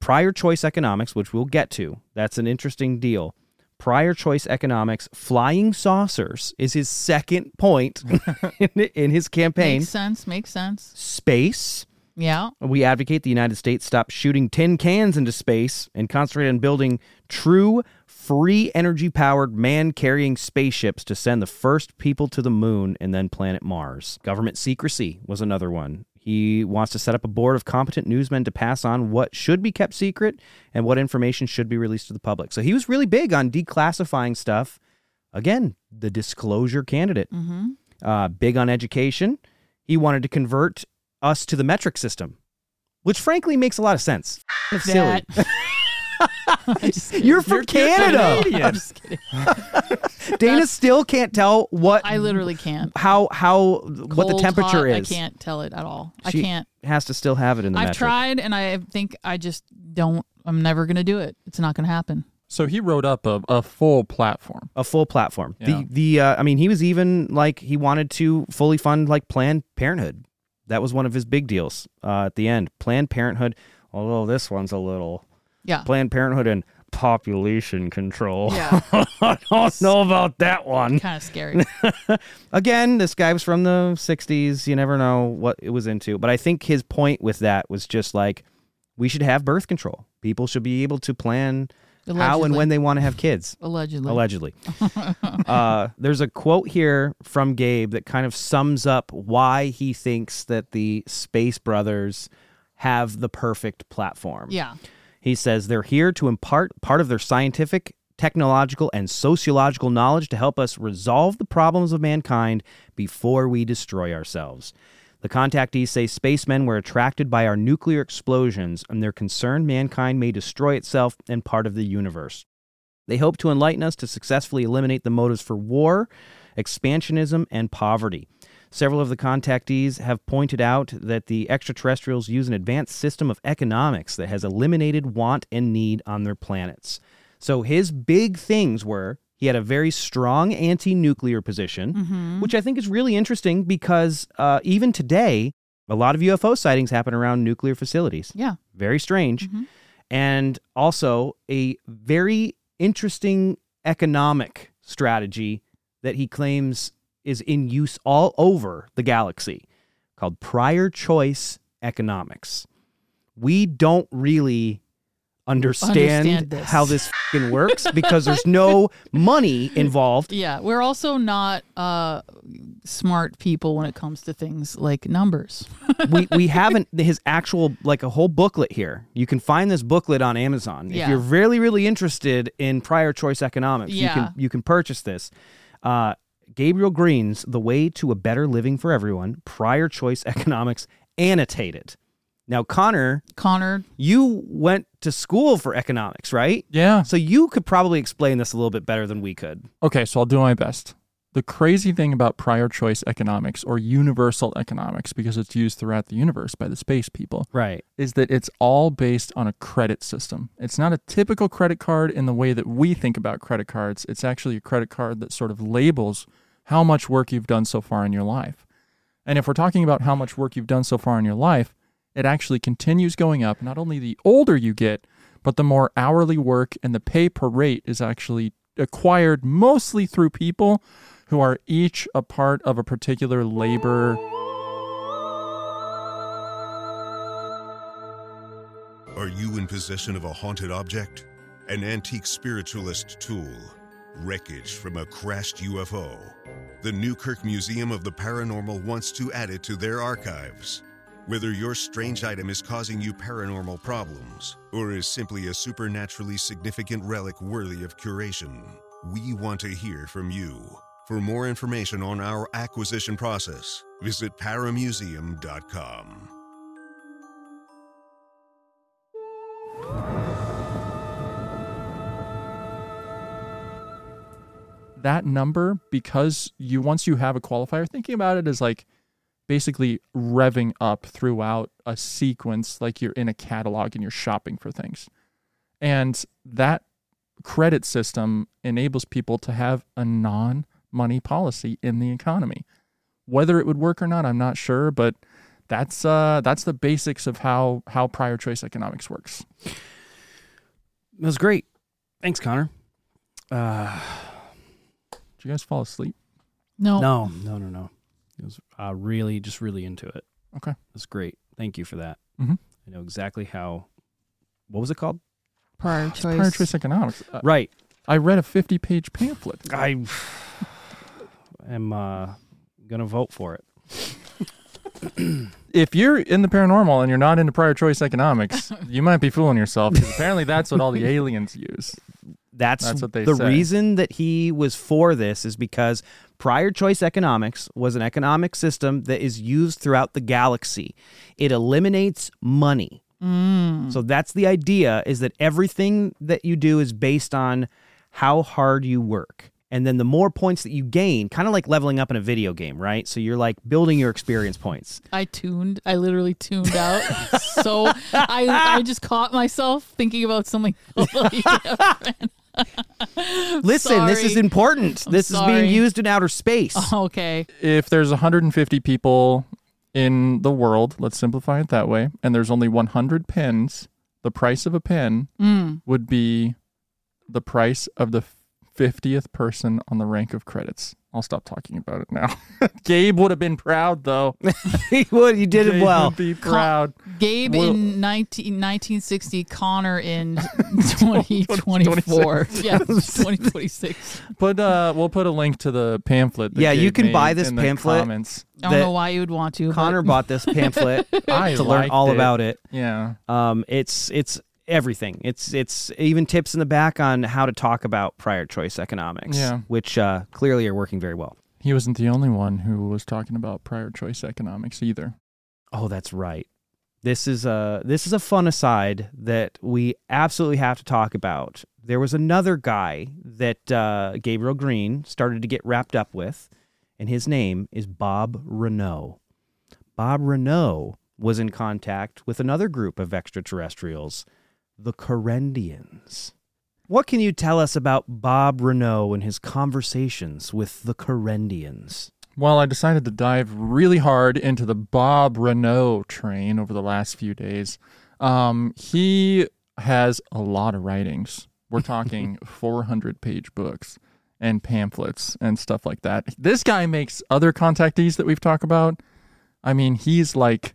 Speaker 2: prior choice economics, which we'll get to. That's an interesting deal. Prior choice economics, flying saucers is his second point in, in his campaign.
Speaker 4: Makes sense. Makes sense.
Speaker 2: Space.
Speaker 4: Yeah.
Speaker 2: We advocate the United States stop shooting tin cans into space and concentrate on building true, free energy powered man carrying spaceships to send the first people to the moon and then planet Mars. Government secrecy was another one. He wants to set up a board of competent newsmen to pass on what should be kept secret and what information should be released to the public. So he was really big on declassifying stuff. Again, the disclosure candidate
Speaker 4: Mm-hmm.
Speaker 2: uh, big on education. He wanted to convert us to the metric system, which frankly makes a lot of sense. Kind of silly. You're from Canada.
Speaker 4: I'm just kidding.
Speaker 2: Dana still can't tell what
Speaker 4: I literally can't.
Speaker 2: how how what the
Speaker 4: Cold,
Speaker 2: temperature
Speaker 4: hot,
Speaker 2: is.
Speaker 4: I can't tell it at all.
Speaker 2: She
Speaker 4: I can't.
Speaker 2: Has to still have it in the
Speaker 4: I've
Speaker 2: metric.
Speaker 4: tried, and I think I just don't. I'm never gonna do it. It's not gonna happen.
Speaker 3: So he wrote up a, a full platform.
Speaker 2: a full platform.
Speaker 3: Yeah.
Speaker 2: The the uh, I mean, he was even like he wanted to fully fund like Planned Parenthood. That was one of his big deals uh, at the end. Planned Parenthood. Although this one's a little
Speaker 4: Yeah.
Speaker 2: Planned Parenthood and population control.
Speaker 4: Yeah.
Speaker 2: I don't know about that one.
Speaker 4: kind of scary.
Speaker 2: Again, this guy was from the 60s. You never know what it was into. But I think his point with that was just like, we should have birth control. People should be able to plan how and
Speaker 4: Allegedly.
Speaker 2: when they want to have kids.
Speaker 4: Allegedly.
Speaker 2: Allegedly. uh, there's a quote here from Gabe that kind of sums up why he thinks that the Space Brothers have the perfect platform.
Speaker 4: Yeah.
Speaker 2: He says they're here to impart part of their scientific, technological, and sociological knowledge to help us resolve the problems of mankind before we destroy ourselves. The contactees say spacemen were attracted by our nuclear explosions and they're concerned mankind may destroy itself and part of the universe. They hope to enlighten us to successfully eliminate the motives for war, expansionism, and poverty. Several of the contactees have pointed out that the extraterrestrials use an advanced system of economics that has eliminated want and need on their planets. So his big things were he had a very strong anti nuclear position, which I think is really interesting because uh, even today, a lot of UFO sightings happen around nuclear facilities
Speaker 4: Yeah.
Speaker 2: very strange,
Speaker 4: Mm-hmm.
Speaker 2: and also a very interesting economic strategy that he claims is in use all over the galaxy called prior choice economics. We don't really understand,
Speaker 4: Understand this.
Speaker 2: how this fing works because there's no money involved.
Speaker 4: Yeah. We're also not uh, smart people when it comes to things like numbers.
Speaker 2: we we haven't his actual like a whole booklet here. You can find this booklet on Amazon. If
Speaker 4: Yeah.
Speaker 2: you're really really interested in prior choice economics, you
Speaker 4: Yeah.
Speaker 2: can you can purchase this. Uh, Gabriel Green's The Way to a Better Living for Everyone: Prior Choice Economics Annotated. Now, Connor,
Speaker 4: Connor,
Speaker 2: you went to school for economics, right?
Speaker 3: Yeah.
Speaker 2: So you could probably explain this a little bit better than we could.
Speaker 3: Okay, so I'll do my best. The crazy thing about prior choice economics or universal economics, because it's used throughout the universe by the space people,
Speaker 2: Right.
Speaker 3: is that it's all based on a credit system. It's not a typical credit card in the way that we think about credit cards. It's actually a credit card that sort of labels how much work you've done so far in your life. And if we're talking about how much work you've done so far in your life, it actually continues going up. Not only the older you get, but the more hourly work and the pay per rate is actually acquired mostly through people who are each a part of a particular labor.
Speaker 1: Are you in possession of a haunted object? An antique spiritualist tool? Wreckage from a crashed UFO? The Newkirk Museum of the Paranormal wants to add it to their archives. Whether your strange item is causing you paranormal problems or is simply a supernaturally significant relic worthy of curation, we want to hear from you. For more information on our acquisition process, visit paramuseum.com.
Speaker 3: that number because you once you have a qualifier thinking about it as like basically revving up throughout a sequence like you're in a catalog and you're shopping for things and that credit system enables people to have a non-money policy in the economy whether it would work or not i'm not sure but that's uh that's the basics of how how prior choice economics works
Speaker 2: That was great. Thanks, Connor. Uh,
Speaker 3: did you guys fall asleep
Speaker 4: no.
Speaker 2: No, no, no, no. It was uh, really, just really into it.
Speaker 3: Okay.
Speaker 2: That's great. Thank you for that.
Speaker 3: Mhm.
Speaker 2: I know exactly how. What was it called?
Speaker 4: Prior choice.
Speaker 3: prior choice economics Uh,
Speaker 2: right.
Speaker 3: i read a 50 page pamphlet
Speaker 2: I am uh, gonna vote for it.
Speaker 3: if you're in the paranormal and you're not into prior choice economics, you might be fooling yourself because apparently that's what all the aliens use.
Speaker 2: That's,
Speaker 3: That's what they
Speaker 2: the
Speaker 3: say.
Speaker 2: reason that he was for this is because prior choice economics was an economic system that is used throughout the galaxy. It eliminates money.
Speaker 3: Mm.
Speaker 2: So that's the idea is that everything that you do is based on how hard you work. And then the more points that you gain, kind of like leveling up in a video game, right? So you're like building your experience points.
Speaker 4: I tuned. I literally tuned out. so I I just caught myself thinking about something. totally different.
Speaker 2: Listen, this is
Speaker 4: Sorry.
Speaker 2: important. this is
Speaker 4: sorry.
Speaker 2: being used in outer space.
Speaker 3: Oh,
Speaker 4: okay.
Speaker 3: If there's 150 people in the world, let's simplify it that way, and there's only 100 pins, the price of a pin
Speaker 4: Mm.
Speaker 3: would be the price of the 50th person on the rank of credits. I'll stop talking about it now. Gabe would have been proud, though.
Speaker 2: he would. You did it
Speaker 3: Gabe
Speaker 2: well.
Speaker 3: Would be proud.
Speaker 4: Gabe
Speaker 3: Well-
Speaker 4: in 19, 1960, Connor in 2024. yes, 2026.
Speaker 3: Put uh, we'll put a link to the pamphlet. that
Speaker 2: Yeah, you
Speaker 3: Gabe
Speaker 2: can buy
Speaker 3: made
Speaker 2: this
Speaker 3: in the
Speaker 2: pamphlet.
Speaker 3: Comments.
Speaker 4: I don't
Speaker 2: That-
Speaker 4: know why you would want to. but-
Speaker 2: Connor bought this pamphlet
Speaker 3: I
Speaker 2: to learn
Speaker 3: liked
Speaker 2: all about it.
Speaker 3: Yeah,
Speaker 2: Um, it's it's everything. It's it's even tips in the back on how to talk about prior choice economics,
Speaker 3: Yeah.
Speaker 2: which uh, clearly are working very well.
Speaker 3: he wasn't the only one who was talking about prior choice economics either.
Speaker 2: Oh, that's right. This is a this is a fun aside that we absolutely have to talk about. There was another guy that uh, Gabriel Green started to get wrapped up with, and his name is Bob Renault. Bob Renault was in contact with another group of extraterrestrials, the Corendians. What can you tell us about Bob Renault and his conversations with the Corendians?
Speaker 3: Well, I decided to dive really hard into the Bob Renault train over the last few days. Um, he has a lot of writings. We're talking 400 page books and pamphlets and stuff like that. This guy makes other contactees that we've talked about. I mean, he's like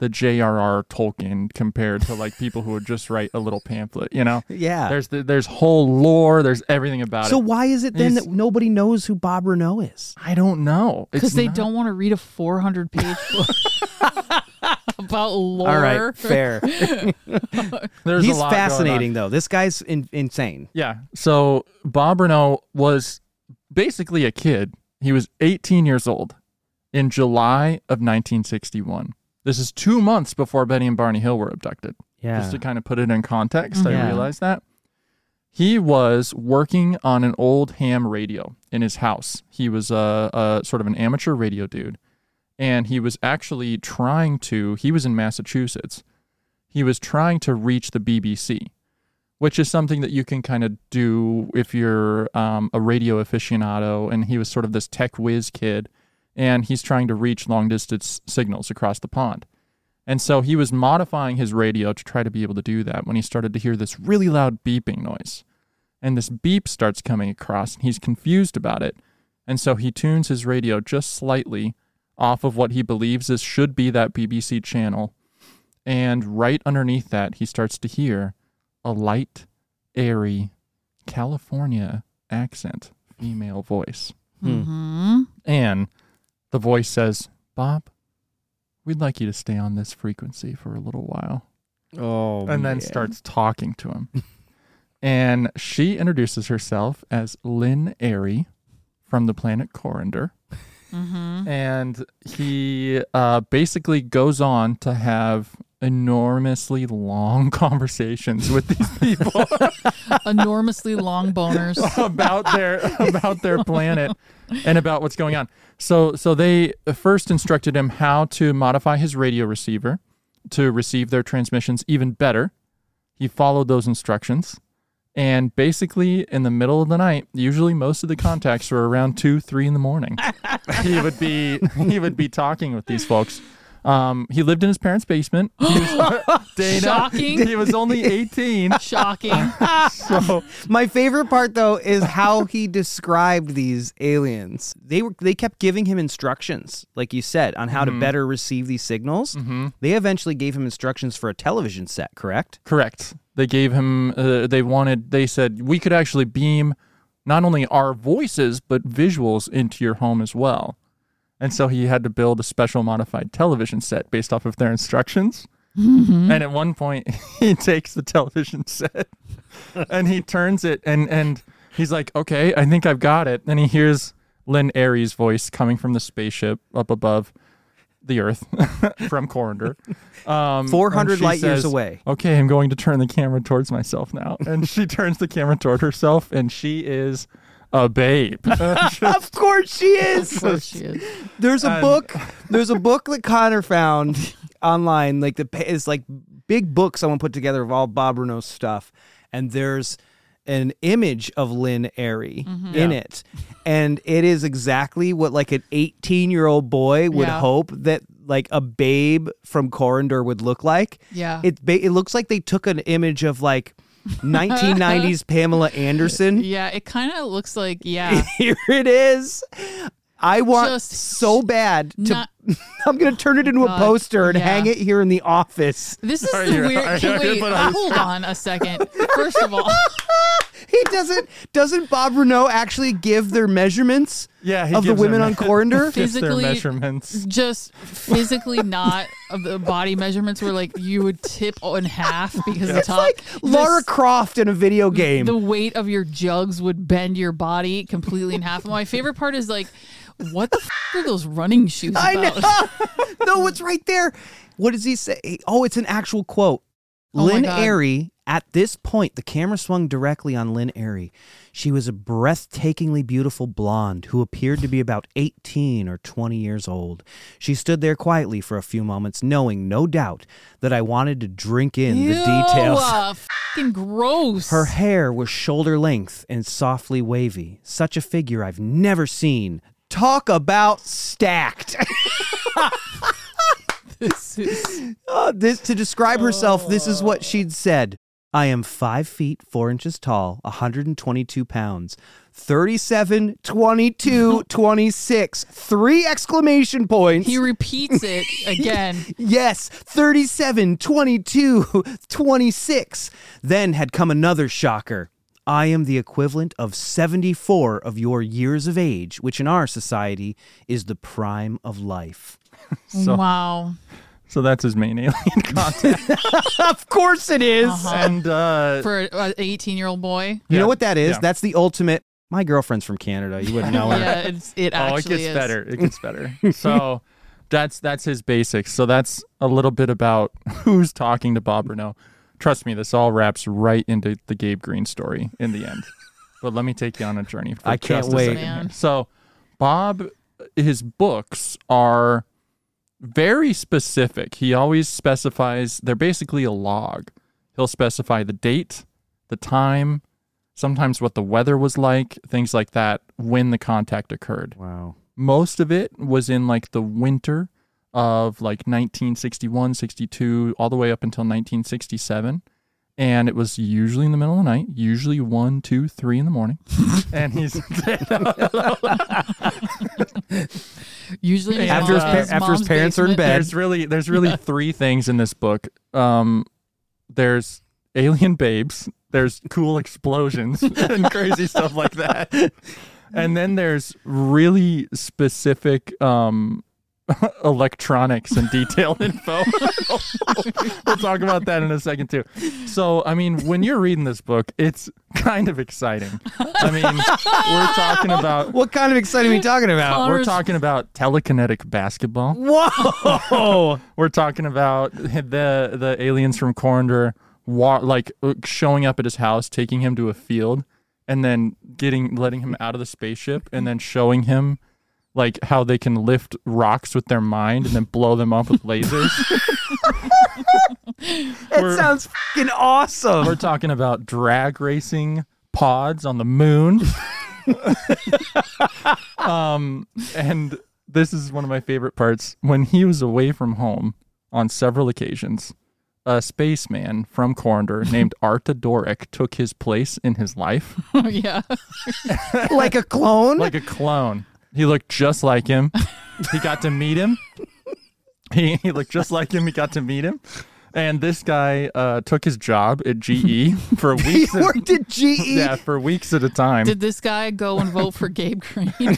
Speaker 3: the J.R.R. Tolkien compared to like people who would just write a little pamphlet, you know?
Speaker 2: Yeah.
Speaker 3: There's the, there's whole lore, there's everything about
Speaker 2: So
Speaker 3: it.
Speaker 2: why is it then
Speaker 3: He's-
Speaker 2: that nobody knows who Bob Renault is?
Speaker 3: I don't know. It's
Speaker 4: because they
Speaker 3: not-
Speaker 4: don't want to read a 400 page book about lore.
Speaker 2: All right, fair.
Speaker 3: There's a
Speaker 2: He's
Speaker 3: lot going on.
Speaker 2: fascinating though. This guy's in, insane.
Speaker 3: Yeah. So Bob Renault was basically a kid. He was 18 years old in July of 1961. This is two months before Betty and Barney Hill were abducted.
Speaker 2: Yeah.
Speaker 3: Just to kind of put it in context,
Speaker 2: Yeah.
Speaker 3: I realized that. He was working on an old ham radio in his house. He was a, a sort of an amateur radio dude. And he was actually trying to, he was in Massachusetts. He was trying to reach the BBC which is something that you can kind of do if you're um, a radio aficionado. And he was sort of this tech whiz kid, and he's trying to reach long distance signals across the pond. And so he was modifying his radio to try to be able to do that when he started to hear this really loud beeping noise. And this beep starts coming across, and he's confused about it. And so he tunes his radio just slightly off of what he believes is should be that BBC channel. And right underneath that, he starts to hear a light, airy California accent female voice.
Speaker 4: hmm
Speaker 3: And the voice says, Bob, we'd like you to stay on this frequency for a little while.
Speaker 2: Oh,
Speaker 3: and then starts talking to him. and she introduces herself as Lynn Airy from the planet Corrinder. And he uh, basically goes on to have enormously long conversations with these people
Speaker 4: Enormously long boners.
Speaker 3: about their about their planet and about what's going on. So so they first instructed him how to modify his radio receiver to receive their transmissions even better. He followed those instructions. And basically, in the middle of the night, usually most of the contacts were around two, three in the morning. he would be he would be talking with these folks. Um, he lived in his parents' basement. He was, Dana,
Speaker 4: Shocking.
Speaker 3: He was only eighteen,
Speaker 4: Shocking.
Speaker 3: so
Speaker 2: My favorite part though is how he described these aliens. They were they kept giving him instructions, like you said, on
Speaker 3: Mm-hmm.
Speaker 2: how to better receive these signals. They eventually gave him instructions for a television set,
Speaker 3: Mm,
Speaker 2: correct?
Speaker 3: Correct. They gave him. Uh, they wanted. They said we could actually beam not only our voices but visuals into your home as well. And so he had to build a special modified television set based off of their instructions.
Speaker 2: Mm-hmm.
Speaker 3: And at one point, he takes the television set and he turns it and and he's like, "Okay, I think I've got it." Then he hears Lynn Airy's voice coming from the spaceship up above the Earth from Corinder, um,
Speaker 2: 400
Speaker 3: and she
Speaker 2: light years
Speaker 3: says,
Speaker 2: away.
Speaker 3: Okay, I'm going to turn the camera towards myself now, and she turns the camera toward herself, and she is a babe.
Speaker 2: Of course she is.
Speaker 4: Of course she is.
Speaker 2: There's a
Speaker 3: Um,
Speaker 2: book. There's a book that Connor found online. Like the it's like big book someone put together of all Bob Renault's stuff, and there's an image of Lynn Airy
Speaker 4: Mm-hmm.
Speaker 2: in it, and it is exactly what like an 18 year old boy would
Speaker 4: Yeah.
Speaker 2: hope that like a babe from Corridor would look like.
Speaker 4: Yeah.
Speaker 2: It ba- it looks like they took an image of like 1990s Pamela Anderson.
Speaker 4: Yeah, it kind of looks like yeah.
Speaker 2: Here it is. I want
Speaker 4: Just
Speaker 2: so bad to.
Speaker 4: not- Oh
Speaker 2: I'm gonna turn it into a
Speaker 4: God,
Speaker 2: poster and
Speaker 4: yeah.
Speaker 2: hang it here in the office.
Speaker 4: This is
Speaker 7: Are
Speaker 4: the
Speaker 7: you-
Speaker 4: weird.
Speaker 7: are
Speaker 4: Can,
Speaker 7: you
Speaker 4: wait,
Speaker 7: put on-
Speaker 4: hold on a second. First of all,
Speaker 2: He doesn't. Doesn't Bob Renault actually give their measurements?
Speaker 3: Yeah, he
Speaker 2: of the
Speaker 3: gives
Speaker 2: women
Speaker 3: them-
Speaker 2: on Corinder.
Speaker 3: gives their
Speaker 4: Physically-
Speaker 3: measurements.
Speaker 4: just physically not of the body measurements were like you would tip in half because the
Speaker 2: It's
Speaker 4: top.
Speaker 2: like
Speaker 4: the
Speaker 2: Lara
Speaker 4: s-
Speaker 2: Croft in a video game.
Speaker 4: the weight of your jugs would bend your body completely in half. My favorite part is like, what the f- are those running shoes about?
Speaker 2: I know. no, it's right there. What does he say? Oh, it's an actual quote.
Speaker 4: Oh my
Speaker 2: Lynn
Speaker 4: God.
Speaker 2: Airy, at this point, the camera swung directly on Lynn Airy. She was a breathtakingly beautiful blonde who appeared to be about 18 or 20 years old. She stood there quietly for a few moments, knowing, no doubt, that I wanted to drink in the details.
Speaker 4: uh, Fucking gross.
Speaker 2: Her hair was shoulder length and softly wavy. Such a figure I've never seen. Talk about stacked.
Speaker 4: This is-
Speaker 2: Uh, this to describe herself, this is what she'd said. I am five feet four inches tall, 122 pounds, 37, 22, 26, three exclamation points.
Speaker 4: he repeats it again.
Speaker 2: yes, 37, 22, 26. Then had come another shocker. I am the equivalent of 74 of your years of age, which in our society is the prime of life.
Speaker 3: So-
Speaker 4: wow.
Speaker 3: So that's his main alien contact.
Speaker 2: of course it is.
Speaker 3: Oh, and uh,
Speaker 4: For an 18 year old boy.
Speaker 2: You
Speaker 3: Yeah,
Speaker 2: know what that is?
Speaker 3: yeah.
Speaker 2: That's the ultimate. My girlfriend's from Canada. You wouldn't know her.
Speaker 4: Yeah, it's, it
Speaker 3: oh,
Speaker 4: actually
Speaker 3: it gets
Speaker 4: is.
Speaker 3: better. It gets better. so that's that's his basics. So that's a little bit about who's talking to Bob Renault. Trust me, this all wraps right into the Gabe Green story in the end. but let me take you on a journey. For
Speaker 2: I can't
Speaker 3: just a
Speaker 2: wait.
Speaker 3: second here.
Speaker 4: Man.
Speaker 3: So Bob, his books are very specific. He always specifies. They're basically a log. He'll specify the date, the time, sometimes what the weather was like, things like that, when the contact occurred
Speaker 2: Wow.
Speaker 3: most of it was in like the winter of like 1961 62 all the way up until 1967 and it was usually in the middle of the night usually one two three in the morning and he's
Speaker 4: Usually in his
Speaker 2: After his
Speaker 4: mom's-
Speaker 2: par-
Speaker 4: his
Speaker 2: after his
Speaker 4: mom's
Speaker 2: parents are in
Speaker 4: basement.
Speaker 2: bed.
Speaker 3: there's really there's really three things in this book um there's alien babes there's cool explosions and crazy stuff like that and then there's really specific um electronics and detailed info we'll talk about that in a second too so i mean when you're reading this book it's kind of exciting i mean we're talking about
Speaker 2: What kind of exciting are we uh, talking about?
Speaker 3: we're talking about telekinetic basketball
Speaker 2: Whoa.
Speaker 3: we're talking about the the aliens from Corinder, wa- like uh, showing up at his house, taking him to a field, and then getting letting him out of the spaceship, and then showing him like how they can lift rocks with their mind and then blow them up with lasers.
Speaker 2: That
Speaker 3: We're-
Speaker 2: sounds fucking awesome.
Speaker 3: We're talking about drag racing pods on the moon. um, and this is one of my favorite parts. When he was away from home on several occasions, a spaceman from Corinder named Arta Doric took his place in his life
Speaker 4: yeah.
Speaker 2: like a clone?
Speaker 3: like a clone. He looked just like him. He got to meet him. He, he looked just like him. He got to meet him. And this guy uh, took his job at GE for
Speaker 2: he
Speaker 3: weeks. and-
Speaker 2: worked at E? GE.
Speaker 3: yeah, for weeks at a time.
Speaker 4: Did this guy go and vote for Gabe Green?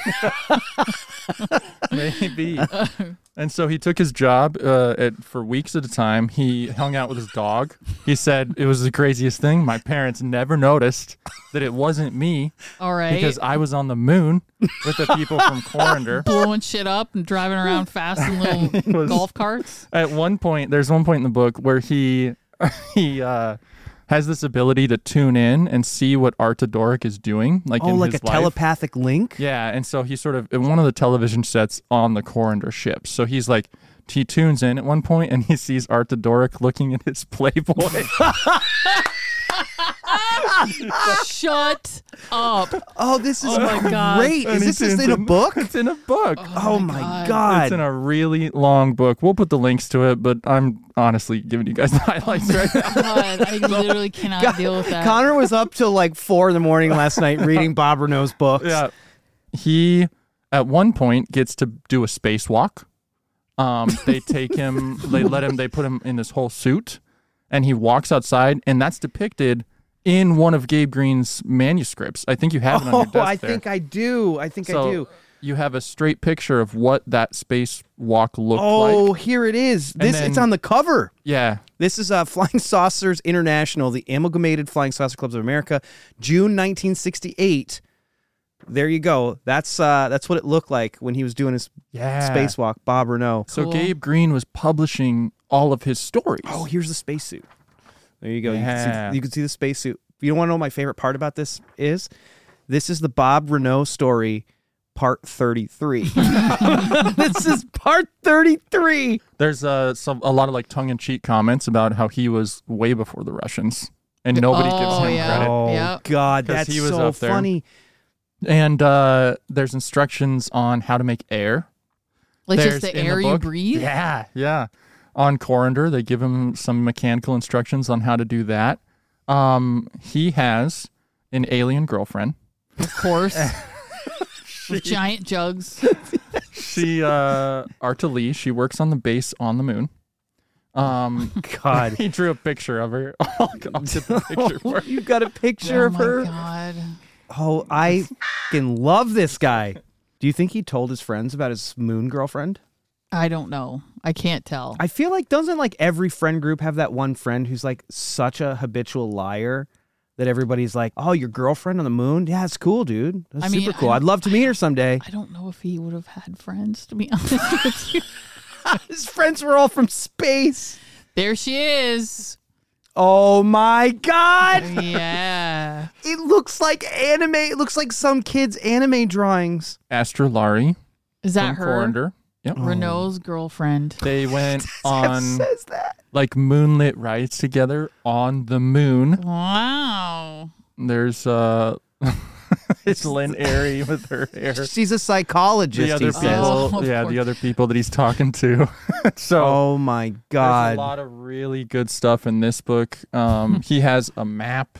Speaker 3: Maybe.
Speaker 2: Uh-huh.
Speaker 3: and so he took his job uh, at, for weeks at a time. He hung out with his dog. He said it was the craziest thing. My parents never noticed that it wasn't me
Speaker 4: All right.
Speaker 3: because I was on the moon with the people from Corinder.
Speaker 4: blowing shit up and driving around fast in little
Speaker 3: was-
Speaker 4: golf carts.
Speaker 3: At one point, there's one point in the book where he he uh, has this ability to tune in and see what Artadoric is doing, like
Speaker 2: Oh,
Speaker 3: in
Speaker 2: like a
Speaker 3: his life.
Speaker 2: telepathic link?
Speaker 3: Yeah, and so he sort of in one of the television sets on the Corinder ship. So he's like he tunes in at one point and he sees Art the Doric looking at his Playboy.
Speaker 4: Shut up.
Speaker 2: Oh, this is
Speaker 4: Oh my God.
Speaker 2: great.
Speaker 3: And
Speaker 2: Is this
Speaker 3: it's
Speaker 2: just in a
Speaker 3: some-
Speaker 2: book?
Speaker 3: It's in a book.
Speaker 2: Oh, my God.
Speaker 3: It's in a really long book. We'll put the links to it, but I'm honestly giving you guys the highlights right now.
Speaker 4: God, I literally cannot deal with that.
Speaker 2: Connor was up till like four in the morning last night reading Bob Renault's books.
Speaker 3: Yeah. He at one point gets to do a spacewalk. Um, they take him, they let him, they put him in this whole suit, and he walks outside, and that's depicted in one of Gabe Green's manuscripts. I think you have it on your
Speaker 2: Oh,
Speaker 3: desk.
Speaker 2: I
Speaker 3: there.
Speaker 2: think I do. I think I do.
Speaker 3: You have a straight picture of what that spacewalk looked
Speaker 2: Oh,
Speaker 3: like.
Speaker 2: here it is. This it's
Speaker 3: then-
Speaker 2: on the cover.
Speaker 3: Yeah.
Speaker 2: This is uh, Flying Saucers International, the amalgamated Flying Saucer Clubs of America, June 1968. There you go. That's uh, that's what it looked like when he was doing his
Speaker 3: Yeah.
Speaker 2: spacewalk, Bob Renault.
Speaker 3: So
Speaker 4: Cool.
Speaker 3: Gabe Green was publishing all of his stories.
Speaker 2: Oh, here's the spacesuit. There you go. You, can
Speaker 3: Yeah.
Speaker 2: see, you can see the spacesuit. If you want to know what my favorite part about this is, this is the Bob Renault story, part 33. this is part 33.
Speaker 3: There's uh, some a lot of like tongue-in-cheek comments about how he was way before the Russians, and nobody gives
Speaker 4: Oh,
Speaker 3: him
Speaker 4: yeah.
Speaker 3: credit.
Speaker 2: Oh,
Speaker 4: Yep.
Speaker 2: God.
Speaker 3: 'Cause
Speaker 2: That's
Speaker 3: he was
Speaker 2: so
Speaker 3: up there.
Speaker 2: funny.
Speaker 3: And uh, there's instructions on how to make air.
Speaker 4: Like
Speaker 3: There's
Speaker 4: just the
Speaker 3: in
Speaker 4: air you
Speaker 3: book.
Speaker 4: breathe.
Speaker 3: Yeah, yeah. On Corinder, they give him some mechanical instructions on how to do that. Um, he has an alien girlfriend.
Speaker 4: Of course. With giant jugs. Oh
Speaker 3: She uh, Artalee. She works on the base on the moon. Um,
Speaker 2: God.
Speaker 3: he drew a picture of her. Oh, I'll, I'll get the picture for you.
Speaker 2: you got a picture
Speaker 4: oh
Speaker 2: of
Speaker 4: my
Speaker 2: her.
Speaker 4: God.
Speaker 2: Oh, I fucking love this guy. Do you think he told his friends about his moon girlfriend?
Speaker 4: I don't know. I can't tell.
Speaker 2: I feel like doesn't like every friend group have that one friend who's like such a habitual liar that everybody's like, "Oh, your girlfriend on the moon? Yeah, it's cool, dude. That's
Speaker 4: I mean,
Speaker 2: super cool.
Speaker 4: I-
Speaker 2: I'd love to meet her someday."
Speaker 4: I don't know if he would have had friends, to be honest with you.
Speaker 2: His friends were all from space.
Speaker 4: There she is.
Speaker 2: Oh my god!
Speaker 4: Yeah.
Speaker 2: It looks like anime. It looks like some kids' anime drawings.
Speaker 3: Astrolari
Speaker 4: Is
Speaker 3: from
Speaker 4: that her? Oh.
Speaker 3: Corinder. Yep. Oh.
Speaker 4: Renault's girlfriend.
Speaker 3: They went
Speaker 2: It
Speaker 3: on
Speaker 2: says that.
Speaker 3: like moonlit rides together on the moon.
Speaker 4: Wow.
Speaker 3: There's uh it's Lynn Airy with her hair.
Speaker 2: She's a
Speaker 3: The
Speaker 2: psychologist.
Speaker 3: other
Speaker 2: He
Speaker 3: people,
Speaker 2: says.
Speaker 4: Oh, of
Speaker 3: yeah,
Speaker 4: course.
Speaker 3: the other people that he's talking to. so
Speaker 2: Oh my
Speaker 3: there's a
Speaker 2: god!
Speaker 3: lot of really good stuff in this book. Um, he has a map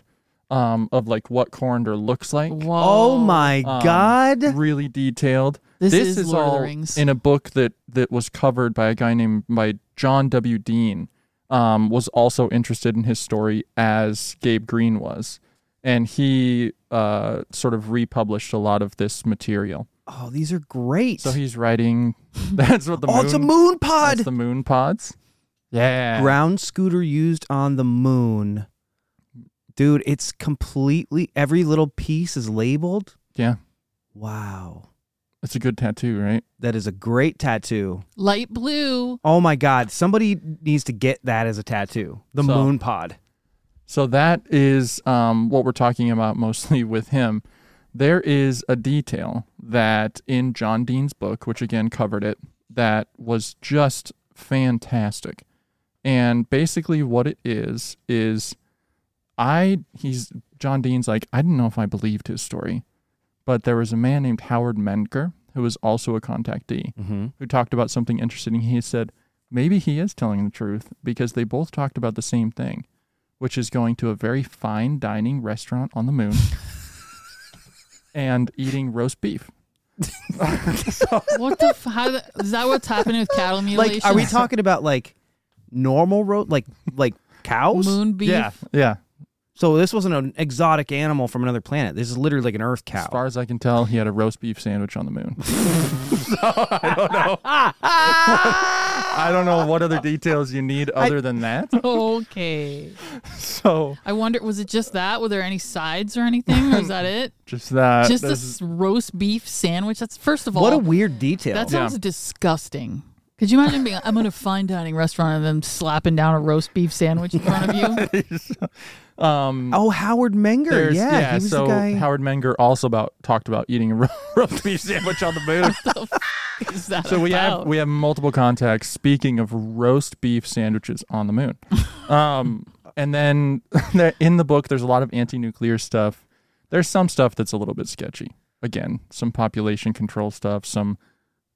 Speaker 3: um, of like what Corinder looks like.
Speaker 4: Whoa.
Speaker 2: Oh my
Speaker 3: Um,
Speaker 2: god!
Speaker 3: Really detailed.
Speaker 4: This is
Speaker 3: is,
Speaker 4: Lord of the
Speaker 3: all
Speaker 4: Rings.
Speaker 3: in a book that that was covered by a guy named by John W. Dean. Um, was also interested in his story as Gabe Green was, and he uh, sort of republished a lot of this material.
Speaker 2: Oh, these are great.
Speaker 3: So he's writing. That's what the
Speaker 2: oh,
Speaker 3: moon.
Speaker 2: it's a moon pod.
Speaker 3: That's the moon pods. Yeah.
Speaker 2: ground scooter used on the moon. Dude, it's completely every little piece is labeled.
Speaker 3: yeah.
Speaker 2: Wow.
Speaker 3: It's a good tattoo, right?
Speaker 2: That is a great tattoo.
Speaker 4: Light blue.
Speaker 2: Oh my god, somebody needs to get that as a tattoo. The
Speaker 3: So-
Speaker 2: moon pod.
Speaker 3: So that is um, what we're talking about mostly with him. There is a detail that in John Dean's book, which again covered it, that was just fantastic. And basically, what it is is I he's John Dean's like I didn't know if I believed his story, but there was a man named Howard Menker who was also a contactee who talked about something interesting. He said maybe he is telling the truth because they both talked about the same thing which is going to a very fine dining restaurant on the moon and eating roast beef.
Speaker 4: What the? F- how the, is that? What's happening with cattle mutilation?
Speaker 2: Like are we talking about like normal road like like cows?
Speaker 4: moon beef?
Speaker 3: yeah.
Speaker 2: So this wasn't an exotic animal from another planet. This is literally like an earth cow.
Speaker 3: As far as I can tell, he had a roast beef sandwich on the moon. so I don't know. I don't know what other details you need other than that.
Speaker 4: Okay.
Speaker 3: So
Speaker 4: I wonder. Was it just that? Were there any sides or anything? Or is that it?
Speaker 3: just that.
Speaker 4: just
Speaker 3: this
Speaker 4: this roast beef sandwich. That's first of all.
Speaker 2: what a weird detail.
Speaker 4: That
Speaker 3: Yeah.
Speaker 4: sounds disgusting. Could you imagine being? like, I'm at a fine dining restaurant and then slapping down a roast beef sandwich in front of you.
Speaker 2: oh, Howard Menger.
Speaker 3: there's-
Speaker 2: Yeah, he was
Speaker 3: so
Speaker 2: the guy.
Speaker 3: Howard Menger also about talked about eating a ro- roast beef sandwich on the moon.
Speaker 4: Is that
Speaker 3: So we have
Speaker 4: about?
Speaker 3: we have multiple contacts. Speaking of roast beef sandwiches on the moon, um, And then there- in the book, there's a lot of anti nuclear stuff. There's some stuff that's a little bit sketchy. Again, some population control stuff, some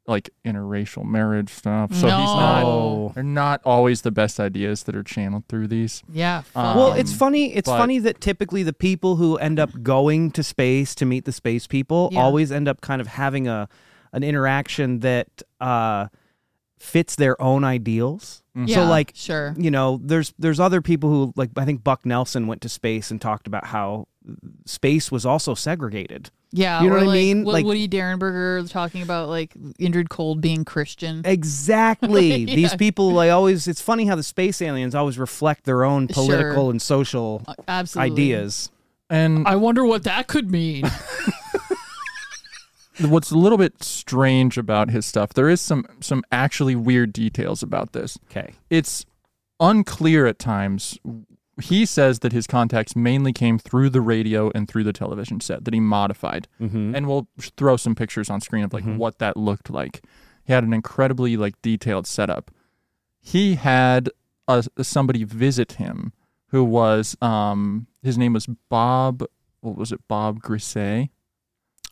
Speaker 3: like interracial marriage stuff. So he's
Speaker 4: No.
Speaker 3: not, they're not always the best ideas that are channeled through these.
Speaker 4: Yeah.
Speaker 3: Um,
Speaker 2: Well, it's funny. It's
Speaker 3: but-
Speaker 2: funny that typically the people who end up going to space to meet the space people
Speaker 4: Yeah.
Speaker 2: always end up kind of having a an interaction that uh, fits their own ideals.
Speaker 3: Mm-hmm.
Speaker 4: yeah,
Speaker 2: So like
Speaker 4: sure.
Speaker 2: you know, there's there's other people who like I think Buck Nelson went to space and talked about how space was also segregated.
Speaker 4: Yeah.
Speaker 2: you know
Speaker 4: or,
Speaker 2: what I
Speaker 4: like,
Speaker 2: mean?
Speaker 4: Wo-
Speaker 2: Like-
Speaker 4: Woody Derenberger talking about like Indrid Cold being Christian.
Speaker 2: Eh, Exactly.
Speaker 4: Yeah.
Speaker 2: These people like always. It's funny how the space aliens always reflect their own political
Speaker 4: Sure.
Speaker 2: and social
Speaker 4: Uh, Absolutely.
Speaker 2: ideas.
Speaker 3: And
Speaker 4: I wonder what that could mean.
Speaker 3: what's a little bit strange about his stuff, there is some, some actually weird details about this.
Speaker 2: Okay.
Speaker 3: it's unclear at times. He says that his contacts mainly came through the radio and through the television set that he modified.
Speaker 2: Mm-hmm.
Speaker 3: And we'll throw some pictures on screen of like
Speaker 2: Mhm.
Speaker 3: what that looked like. He had an incredibly like detailed setup. He had a, somebody visit him who was um his name was Bob what was it Bob Grisset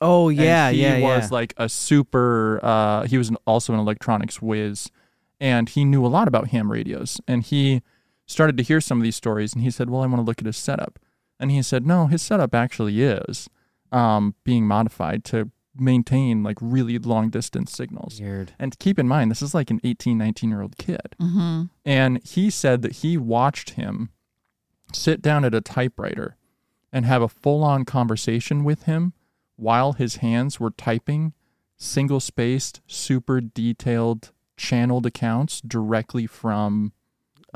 Speaker 2: Oh
Speaker 3: and
Speaker 2: yeah,
Speaker 3: he
Speaker 2: yeah, yeah.
Speaker 3: was like a super. Uh, he was an, also an electronics whiz, and he knew a lot about ham radios. And he started to hear some of these stories, and he said, "Well, I want to look at his setup." And he said, "No, his setup actually is um, being modified to maintain like really long distance signals."
Speaker 2: Weird.
Speaker 3: And keep in mind, this is like an 18, 19 year old kid.
Speaker 4: hmm
Speaker 3: And he said that he watched him sit down at a typewriter and have a full on conversation with him while his hands were typing single spaced, super detailed, channeled accounts directly from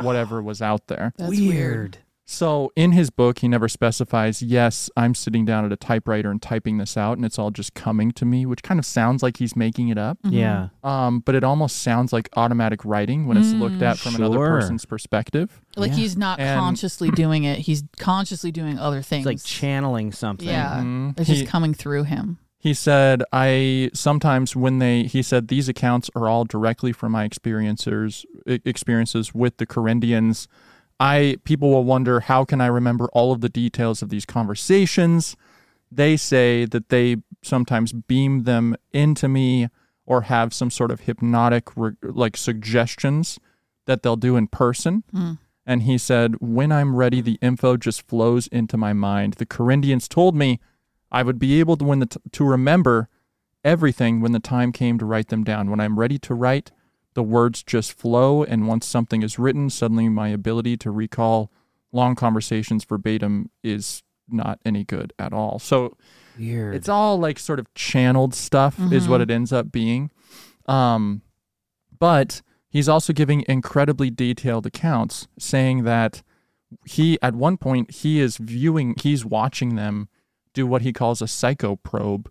Speaker 3: whatever was out there.
Speaker 4: That's weird.
Speaker 3: So in his book, he never specifies, yes, I'm sitting down at a typewriter and typing this out and it's all just coming to me, which kind of sounds like he's making it up
Speaker 4: Mm-hmm.
Speaker 2: Yeah.
Speaker 3: um, but it almost sounds like automatic writing when it's looked at from another
Speaker 2: Sure.
Speaker 3: person's perspective.
Speaker 4: Like he's not
Speaker 3: And-
Speaker 4: consciously doing it. He's consciously doing other things.
Speaker 2: It's like channeling something.
Speaker 4: yeah.
Speaker 3: Mhm.
Speaker 4: It's
Speaker 3: He-
Speaker 4: just coming through him.
Speaker 3: He said, "I sometimes when they he said these accounts are all directly from my experiencers e- experiences with the Corindians. I people will wonder how can I remember all of the details of these conversations. They say that they sometimes beam them into me or have some sort of hypnotic re- like suggestions that they'll do in person." And he said, When I'm ready, the info just flows into my mind. The Corinthians told me I would be able to, when the t- to remember everything when the time came to write them down. When I'm ready to write, the words just flow. And once something is written, suddenly my ability to recall long conversations verbatim is not any good at all. So
Speaker 2: Weird. Mm-hmm.
Speaker 3: it's all like sort of channeled stuff is what it ends up being. Um, but he's also giving incredibly detailed accounts, saying that he at one point he is viewing, he's watching them do what he calls a psycho probe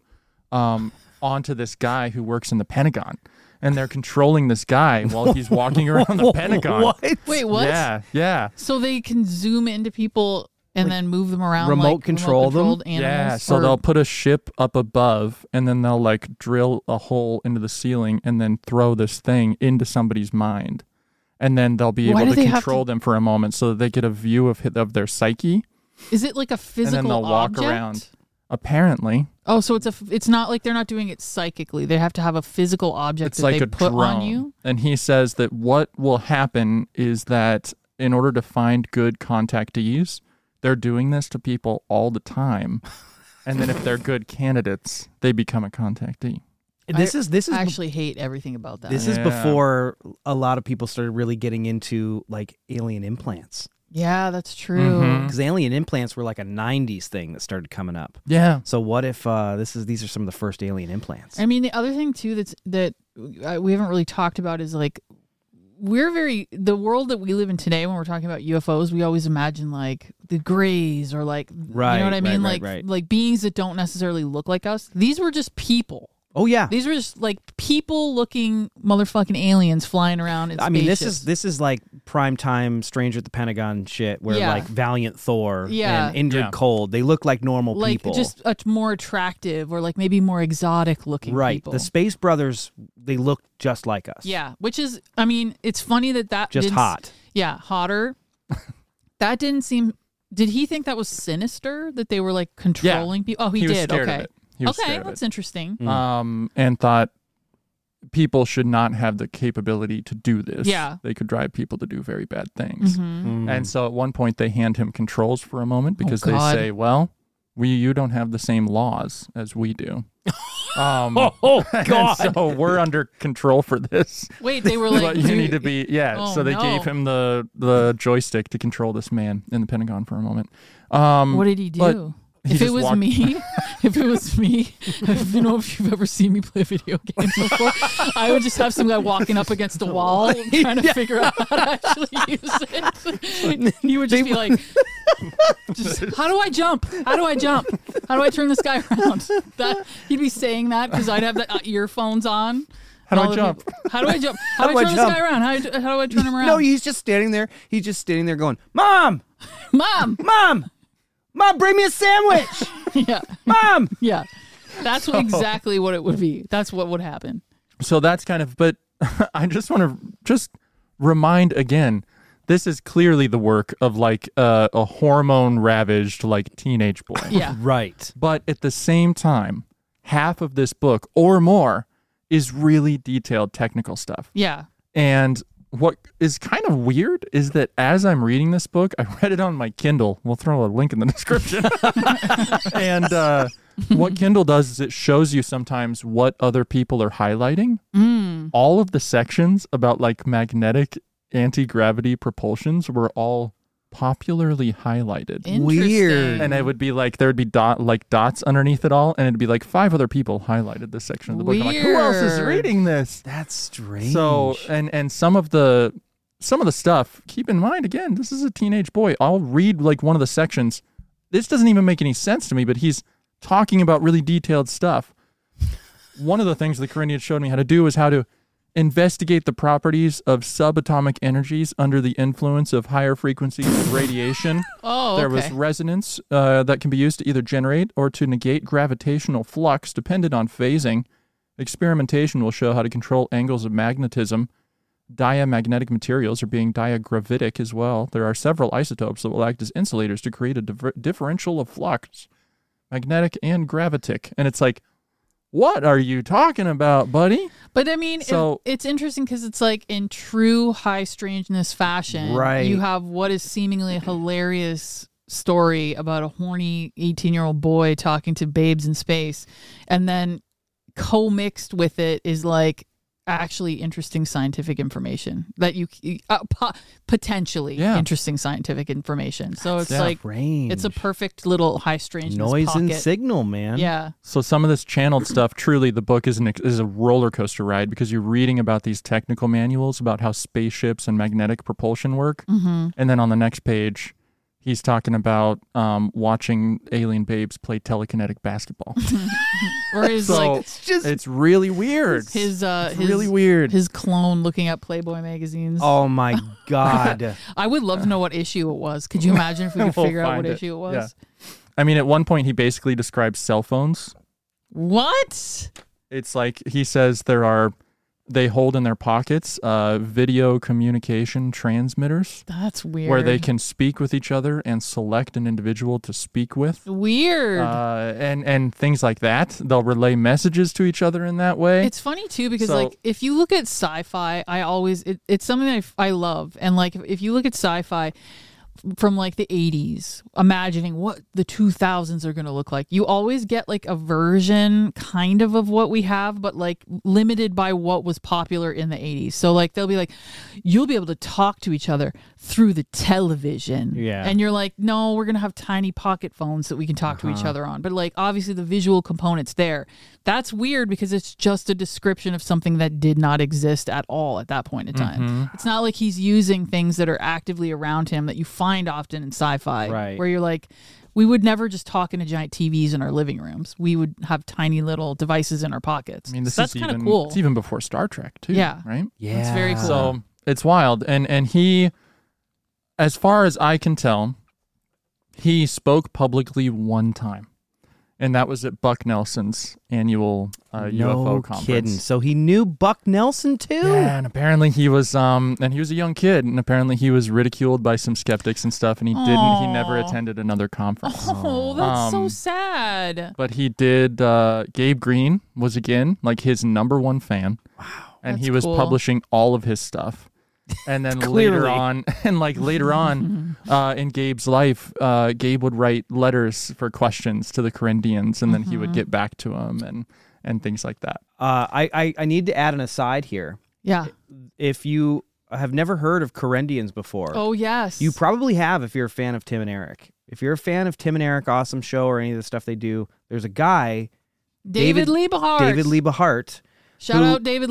Speaker 3: um, onto this guy who works in the Pentagon, and they're controlling this guy while he's walking around the Pentagon.
Speaker 2: What?
Speaker 4: Wait, what?
Speaker 3: Yeah, yeah.
Speaker 4: So they can zoom into people and then move them around.
Speaker 2: remote
Speaker 4: like
Speaker 2: control them?
Speaker 4: remote-controlled Animals
Speaker 3: Yeah, so
Speaker 4: or-
Speaker 3: they'll put a ship up above and then they'll like drill a hole into the ceiling and then throw this thing into somebody's mind. And then they'll be
Speaker 4: Why
Speaker 3: able
Speaker 4: do they
Speaker 3: to
Speaker 4: have
Speaker 3: control them for a moment so that they get a view of of their psyche,
Speaker 4: Is it like a physical
Speaker 3: and then they'll walk
Speaker 4: object?
Speaker 3: around. Apparently,
Speaker 4: Oh, so it's a. f- It's not like they're not doing it psychically. They have to have a physical object
Speaker 3: it's
Speaker 4: that
Speaker 3: like
Speaker 4: they
Speaker 3: a
Speaker 4: put
Speaker 3: drone.
Speaker 4: on you.
Speaker 3: And he says that what will happen is that in order to find good contactees, they're doing this to people all the time. And then if they're good candidates, they become a contactee.
Speaker 2: This is this is
Speaker 4: I actually hate everything about that.
Speaker 2: this is
Speaker 3: Yeah.
Speaker 2: before a lot of people started really getting into like alien implants
Speaker 4: yeah, that's true.
Speaker 3: Mhm.
Speaker 2: because alien implants were like a '90s thing that started coming up.
Speaker 3: Yeah.
Speaker 2: So what if uh, this is these are some of the first alien implants?
Speaker 4: I mean, the other thing too that's that uh, we haven't really talked about is like we're very the world that we live in today. When we're talking about UFOs, we always imagine like the Greys or like you
Speaker 2: Right,
Speaker 4: know what I
Speaker 2: right,
Speaker 4: mean,
Speaker 2: right,
Speaker 4: like
Speaker 2: right.
Speaker 4: like beings that don't necessarily look like us. These were just people.
Speaker 2: Oh yeah.
Speaker 4: These were just like people looking motherfucking aliens flying around. In
Speaker 2: I mean, this is
Speaker 4: spaceships.
Speaker 2: this is like prime time Stranger at the Pentagon shit, where
Speaker 4: Yeah.
Speaker 2: like Valiant Thor
Speaker 4: Yeah.
Speaker 2: and Indrid
Speaker 3: Yeah.
Speaker 2: Cold, they look like normal
Speaker 4: like
Speaker 2: people,
Speaker 4: just a t- more attractive or like maybe more exotic looking
Speaker 2: right?
Speaker 4: people.
Speaker 2: The Space Brothers, they look just like us,
Speaker 4: yeah, which is I mean, it's funny that that
Speaker 2: just
Speaker 4: didn't-
Speaker 2: hot.
Speaker 4: Yeah, hotter. That didn't seem. Did he think that was sinister that they were like controlling people? Oh, he,
Speaker 3: He was
Speaker 4: did.
Speaker 3: scared of
Speaker 4: Okay.
Speaker 3: it. He was
Speaker 4: okay,
Speaker 3: scared of
Speaker 4: that's
Speaker 3: it.
Speaker 4: interesting.
Speaker 8: Mm.
Speaker 3: um, and thought people should not have the capability to do this.
Speaker 4: Yeah.
Speaker 3: They could drive people to do very bad things.
Speaker 4: Mhm.
Speaker 3: And so at one point they hand him controls for a moment because they
Speaker 4: Oh, God.
Speaker 3: say, well, we you don't have the same laws as we do. Um,
Speaker 8: Oh
Speaker 3: and
Speaker 8: God!
Speaker 3: so we're under control for this.
Speaker 4: Wait, they were like,
Speaker 3: but you
Speaker 4: "Do-
Speaker 3: need to be yeah.
Speaker 4: Oh,
Speaker 3: so they
Speaker 4: no.
Speaker 3: gave him the the joystick to control this man in the Pentagon for a moment. Um,
Speaker 4: What did he
Speaker 3: but
Speaker 4: do?
Speaker 3: he
Speaker 4: if it
Speaker 3: just
Speaker 4: was
Speaker 3: walked-
Speaker 4: me, if it was me, I don't know if you've ever seen me play video games before. I would just have some guy walking up against a wall trying to figure out how to actually use it. He would just be like, just, "How do I jump? How do I jump? How do I turn this guy around?" That he'd be saying that because I'd have the uh, earphones on.
Speaker 3: How do
Speaker 4: And
Speaker 3: I
Speaker 4: all the
Speaker 3: jump?
Speaker 4: people- How do I jump? How, do I turn
Speaker 2: jump?
Speaker 4: this guy around? How, do I- how do I turn him around?
Speaker 2: No, he's just standing there. He's just standing there going, Mom,
Speaker 4: Mom.
Speaker 2: Mom, Mom, bring me a sandwich.
Speaker 4: Yeah.
Speaker 2: Mom.
Speaker 4: Yeah. That's what, exactly what it would be. That's what would happen.
Speaker 3: so that's kind of but i just want to just remind again this is clearly the work of like uh, a hormone ravaged like teenage boy
Speaker 4: Yeah.
Speaker 2: Right.
Speaker 3: but at the same time half of this book or more is really detailed technical stuff
Speaker 4: Yeah.
Speaker 3: and what is kind of weird is that as I'm reading this book, I read it on my Kindle. We'll throw a link in the description. and uh, what Kindle does is it shows you sometimes what other people are highlighting. All of the sections about like magnetic anti gravity propulsions were all popularly highlighted.
Speaker 2: Weird.
Speaker 3: and it would be like there would be dot like dots underneath it all, and it'd be like five other people highlighted this section of the book. I'm like, who else is
Speaker 4: Weird.
Speaker 3: reading this?
Speaker 2: That's strange.
Speaker 3: So and and some of the some of the stuff. Keep in mind again, this is a teenage boy. I'll read like one of the sections. This doesn't even make any sense to me, but he's talking about really detailed stuff. One of the things the Corinthians showed me how to do is how to investigate the properties of subatomic energies under the influence of higher frequencies of radiation.
Speaker 4: Oh,
Speaker 3: There was
Speaker 4: okay.
Speaker 3: resonance uh, that can be used to either generate or to negate gravitational flux, dependent on phasing. Experimentation will show how to control angles of magnetism. Diamagnetic materials are being diagravitic as well. There are several isotopes that will act as insulators to create a diver- differential of flux, magnetic and gravitic. And it's like, what are you talking about, buddy?
Speaker 4: but I mean, it-
Speaker 3: So-
Speaker 4: it's interesting because it's like in true high strangeness fashion,
Speaker 2: Right.
Speaker 4: You have what is seemingly a hilarious story about a horny 18 year old boy talking to babes in space, and then co-mixed with it is like actually interesting scientific information that you uh, po- potentially
Speaker 3: Yeah.
Speaker 4: interesting scientific information. So it's
Speaker 3: Yeah.
Speaker 4: like
Speaker 2: strange.
Speaker 4: it's a perfect little high strangeness
Speaker 2: noise and
Speaker 4: pocket.
Speaker 2: signal, man.
Speaker 4: Yeah.
Speaker 3: So some of this channeled stuff, truly, the book is an is a roller coaster ride because you're reading about these technical manuals about how spaceships and magnetic propulsion work,
Speaker 4: Mm-hmm.
Speaker 3: and then on the next page, he's talking about um, watching alien babes play telekinetic basketball.
Speaker 4: Or his
Speaker 3: so
Speaker 4: like
Speaker 2: It's just
Speaker 3: it's really weird.
Speaker 4: his uh
Speaker 3: It's
Speaker 4: his,
Speaker 3: really weird.
Speaker 4: his clone looking at Playboy magazines.
Speaker 2: Oh my god.
Speaker 4: I would love to know what issue it was. Could you imagine if we could
Speaker 3: We'll
Speaker 4: figure out
Speaker 3: find
Speaker 4: what
Speaker 3: it.
Speaker 4: issue it was?
Speaker 3: Yeah. I mean, at one point, he basically describes cell phones
Speaker 4: What?
Speaker 3: it's like he says there are they hold in their pockets uh, video communication transmitters
Speaker 4: That's weird.
Speaker 3: where they can speak with each other and select an individual to speak with
Speaker 4: weird.
Speaker 3: uh, and and things like that they'll relay messages to each other in that way
Speaker 4: It's funny too because
Speaker 3: So-
Speaker 4: like if you look at sci-fi, I always it, it's something that I f- I, love, and like if, if you look at sci-fi from like the 80s imagining what the 2000s are going to look like you always get like a version kind of of what we have but like limited by what was popular in the 80s so like they'll be like you'll be able to talk to each other through the television
Speaker 2: Yeah.
Speaker 4: and you're like no we're going to have tiny pocket phones that we can talk to
Speaker 3: Uh-huh.
Speaker 4: each other on but like obviously the visual components there that's weird because it's just a description of something that did not exist at all at that point in time
Speaker 3: Mm-hmm.
Speaker 4: it's not like he's using things that are actively around him that you find often in sci-fi
Speaker 2: Right.
Speaker 4: where you're like we would never just talk into giant TVs in our living rooms. We would have tiny little devices in our pockets.
Speaker 3: i mean this
Speaker 4: so that's
Speaker 3: is
Speaker 4: kind of
Speaker 3: even
Speaker 4: cool.
Speaker 3: it's even before star trek too
Speaker 4: Yeah.
Speaker 3: right
Speaker 2: yeah.
Speaker 4: It's very cool.
Speaker 3: So it's wild. And and he as far as I can tell, he spoke publicly one time. and that was at Buck Nelson's annual uh,
Speaker 2: no
Speaker 3: UFO conference.
Speaker 2: kidding. So he knew Buck Nelson too.
Speaker 3: Yeah, and apparently he was um and he was a young kid and apparently he was ridiculed by some skeptics and stuff and he didn't he never
Speaker 4: Aw.
Speaker 3: attended another conference.
Speaker 4: Oh, that's so
Speaker 3: Um,
Speaker 4: sad.
Speaker 3: But he did uh Gabe Green was again like his number one fan. Wow. And he
Speaker 4: That's
Speaker 3: was
Speaker 4: cool.
Speaker 3: publishing all of his stuff. And then
Speaker 2: Clearly.
Speaker 3: later on and like later on uh in Gabe's life, uh Gabe would write letters for questions to the Corinthians and then he
Speaker 4: Mm-hmm.
Speaker 3: would get back to him and and things like that.
Speaker 2: Uh, I, I I need to add an aside here.
Speaker 4: Yeah.
Speaker 2: If you have never heard of Corendians before,
Speaker 4: Oh yes.
Speaker 2: You probably have if you're a fan of Tim and Eric. If you're a fan of Tim and Eric Awesome Show or any of the stuff they do, there's a guy, David-
Speaker 4: David, Liebehart.
Speaker 2: David Liebehart.
Speaker 4: Shout
Speaker 2: who-
Speaker 4: out David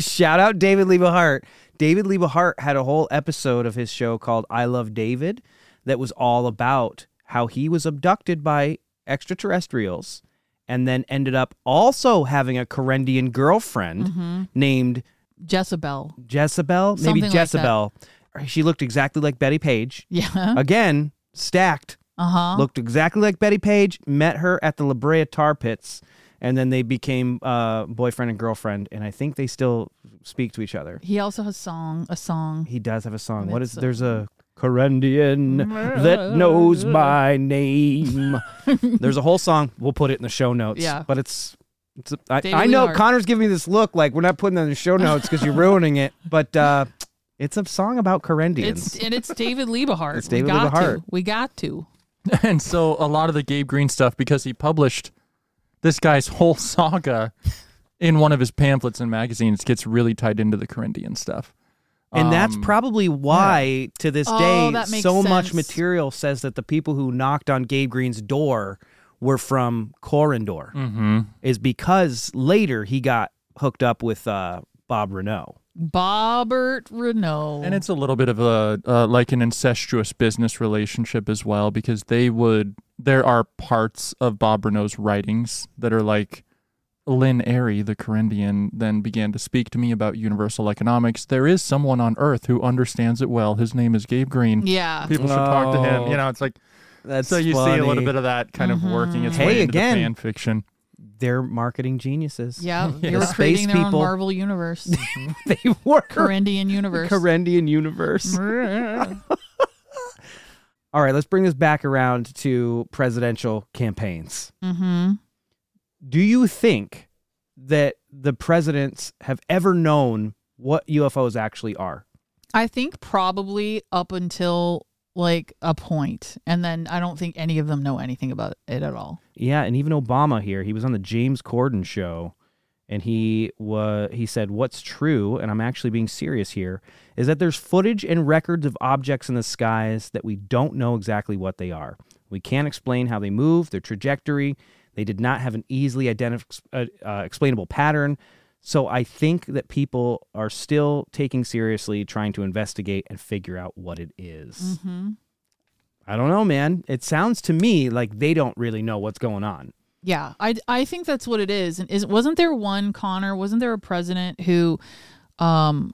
Speaker 2: Shout out David Liebehart. David Liebehart had a whole episode of his show called I Love David that was all about how he was abducted by extraterrestrials and then ended up also having a Corendian girlfriend named
Speaker 4: Jezebel.
Speaker 2: Jezebel.
Speaker 4: Mm-hmm.
Speaker 2: Maybe
Speaker 4: Something like that.
Speaker 2: Jezebel. she looked exactly like Betty Page.
Speaker 4: Yeah.
Speaker 2: Again, stacked.
Speaker 4: Uh huh.
Speaker 2: looked exactly like Betty Page, met her at the La Brea Tar Pits, and then they became uh, boyfriend and girlfriend, and I think they still speak to each other.
Speaker 4: He also has song a song.
Speaker 2: He does have a song. What is
Speaker 4: It's a-
Speaker 2: there's a Corendian that knows my name. there's a whole song. We'll put it in the show notes.
Speaker 4: Yeah.
Speaker 2: But it's it's a, I,
Speaker 4: Daily
Speaker 2: I know
Speaker 4: Art.
Speaker 2: Connor's giving me this look like we're not putting that in the show notes because you're ruining it. But uh, it's a song about Corendians.
Speaker 4: It's and it's David Liebehart.
Speaker 2: It's David
Speaker 4: we got
Speaker 2: Liebehart.
Speaker 4: To. We got to.
Speaker 3: And so a lot of the Gabe Green stuff, because he published this guy's whole saga in one of his pamphlets and magazines, gets really tied into the Corinthian stuff.
Speaker 2: And that's
Speaker 3: Um,
Speaker 2: probably why, to this
Speaker 4: Oh,
Speaker 2: day,
Speaker 4: that makes
Speaker 2: so much
Speaker 4: sense.
Speaker 2: material says that the people who knocked on Gabe Green's door were from Corindor,
Speaker 3: Mm-hmm.
Speaker 2: is because later he got hooked up with uh, Bob Renault.
Speaker 4: Bobbert Renault.
Speaker 3: And it's a little bit of a uh, like an incestuous business relationship as well, because they would there are parts of Bob Renault's writings that are like Lynn Airy, the Corindian, then began to speak to me about universal economics. There is someone on Earth who understands it well. His name is Gabe Green.
Speaker 4: yeah.
Speaker 3: People should talk to him.
Speaker 2: Oh.
Speaker 3: You know, it's like
Speaker 2: That's
Speaker 3: so you see a little bit of that kind of working its
Speaker 4: Mm-hmm.
Speaker 2: Hey,
Speaker 3: way into
Speaker 2: again.
Speaker 3: the fan fiction.
Speaker 2: They're marketing geniuses.
Speaker 4: Yeah. They
Speaker 2: The
Speaker 4: were
Speaker 2: space
Speaker 4: creating their
Speaker 2: people.
Speaker 4: own Marvel universe.
Speaker 2: they were.
Speaker 4: Corindian universe.
Speaker 2: Corendian universe. All right, let's bring this back around to presidential campaigns.
Speaker 4: mm-hmm.
Speaker 2: do you think that the presidents have ever known what UFOs actually are?
Speaker 4: I think probably up until like a point, and then I don't think any of them know anything about it at all.
Speaker 2: Yeah, and even Obama here, he was on the James Corden show and he was he said what's true and I'm actually being serious here is that there's footage and records of objects in the skies that we don't know exactly what they are. We can't explain how they move, their trajectory. They did not have an easily identif- uh, uh, explainable pattern. So I think that people are still taking seriously trying to investigate and figure out what it is.
Speaker 4: Mm-hmm.
Speaker 2: I don't know, man. It sounds to me like they don't really know what's going on.
Speaker 4: Yeah, I I think that's what it is. And is wasn't there one Connor? Wasn't there a president who, um,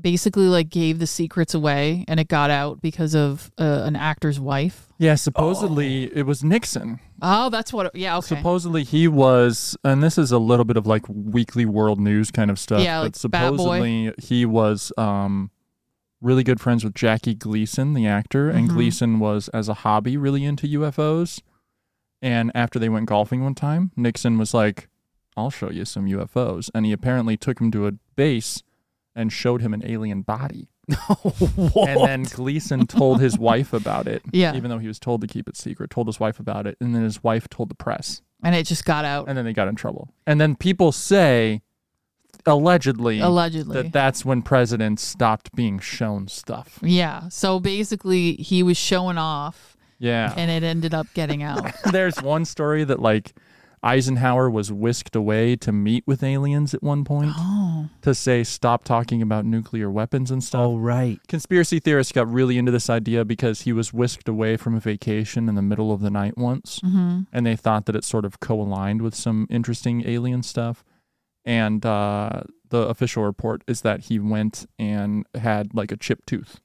Speaker 4: basically like gave the secrets away and it got out because of uh, an actor's wife?
Speaker 3: Yeah, supposedly it was Nixon.
Speaker 4: Oh, that's what. Yeah, okay.
Speaker 3: Supposedly he was, and this is a little bit of like weekly world news kind of stuff.
Speaker 4: Yeah,
Speaker 3: but
Speaker 4: like Bat Boy.
Speaker 3: supposedly he was um, really good friends with Jackie Gleason, the actor, and
Speaker 4: Mm-hmm.
Speaker 3: Gleason was as a hobby really into UFOs. And after they went golfing one time, Nixon was like, "I'll show you some UFOs," and he apparently took him to a base and showed him an alien body. And then Gleason told his wife about it.
Speaker 4: Yeah.
Speaker 3: Even though he was told to keep it secret, told his wife about it, and then his wife told the press
Speaker 4: and it just got out
Speaker 3: and then they got in trouble. And then people say, allegedly,
Speaker 4: allegedly.
Speaker 3: that that's when presidents stopped being shown stuff.
Speaker 4: yeah. So basically, he was showing off,
Speaker 3: Yeah.
Speaker 4: and it ended up getting out.
Speaker 3: There's one story that, like, Eisenhower was whisked away to meet with aliens at one point
Speaker 4: oh,
Speaker 3: to say, stop talking about nuclear weapons and stuff.
Speaker 2: Oh, right.
Speaker 3: Conspiracy theorists got really into this idea because he was whisked away from a vacation in the middle of the night once.
Speaker 4: hmm
Speaker 3: and they thought that it sort of co-aligned with some interesting alien stuff. And uh, the official report is that he went and had like a chipped tooth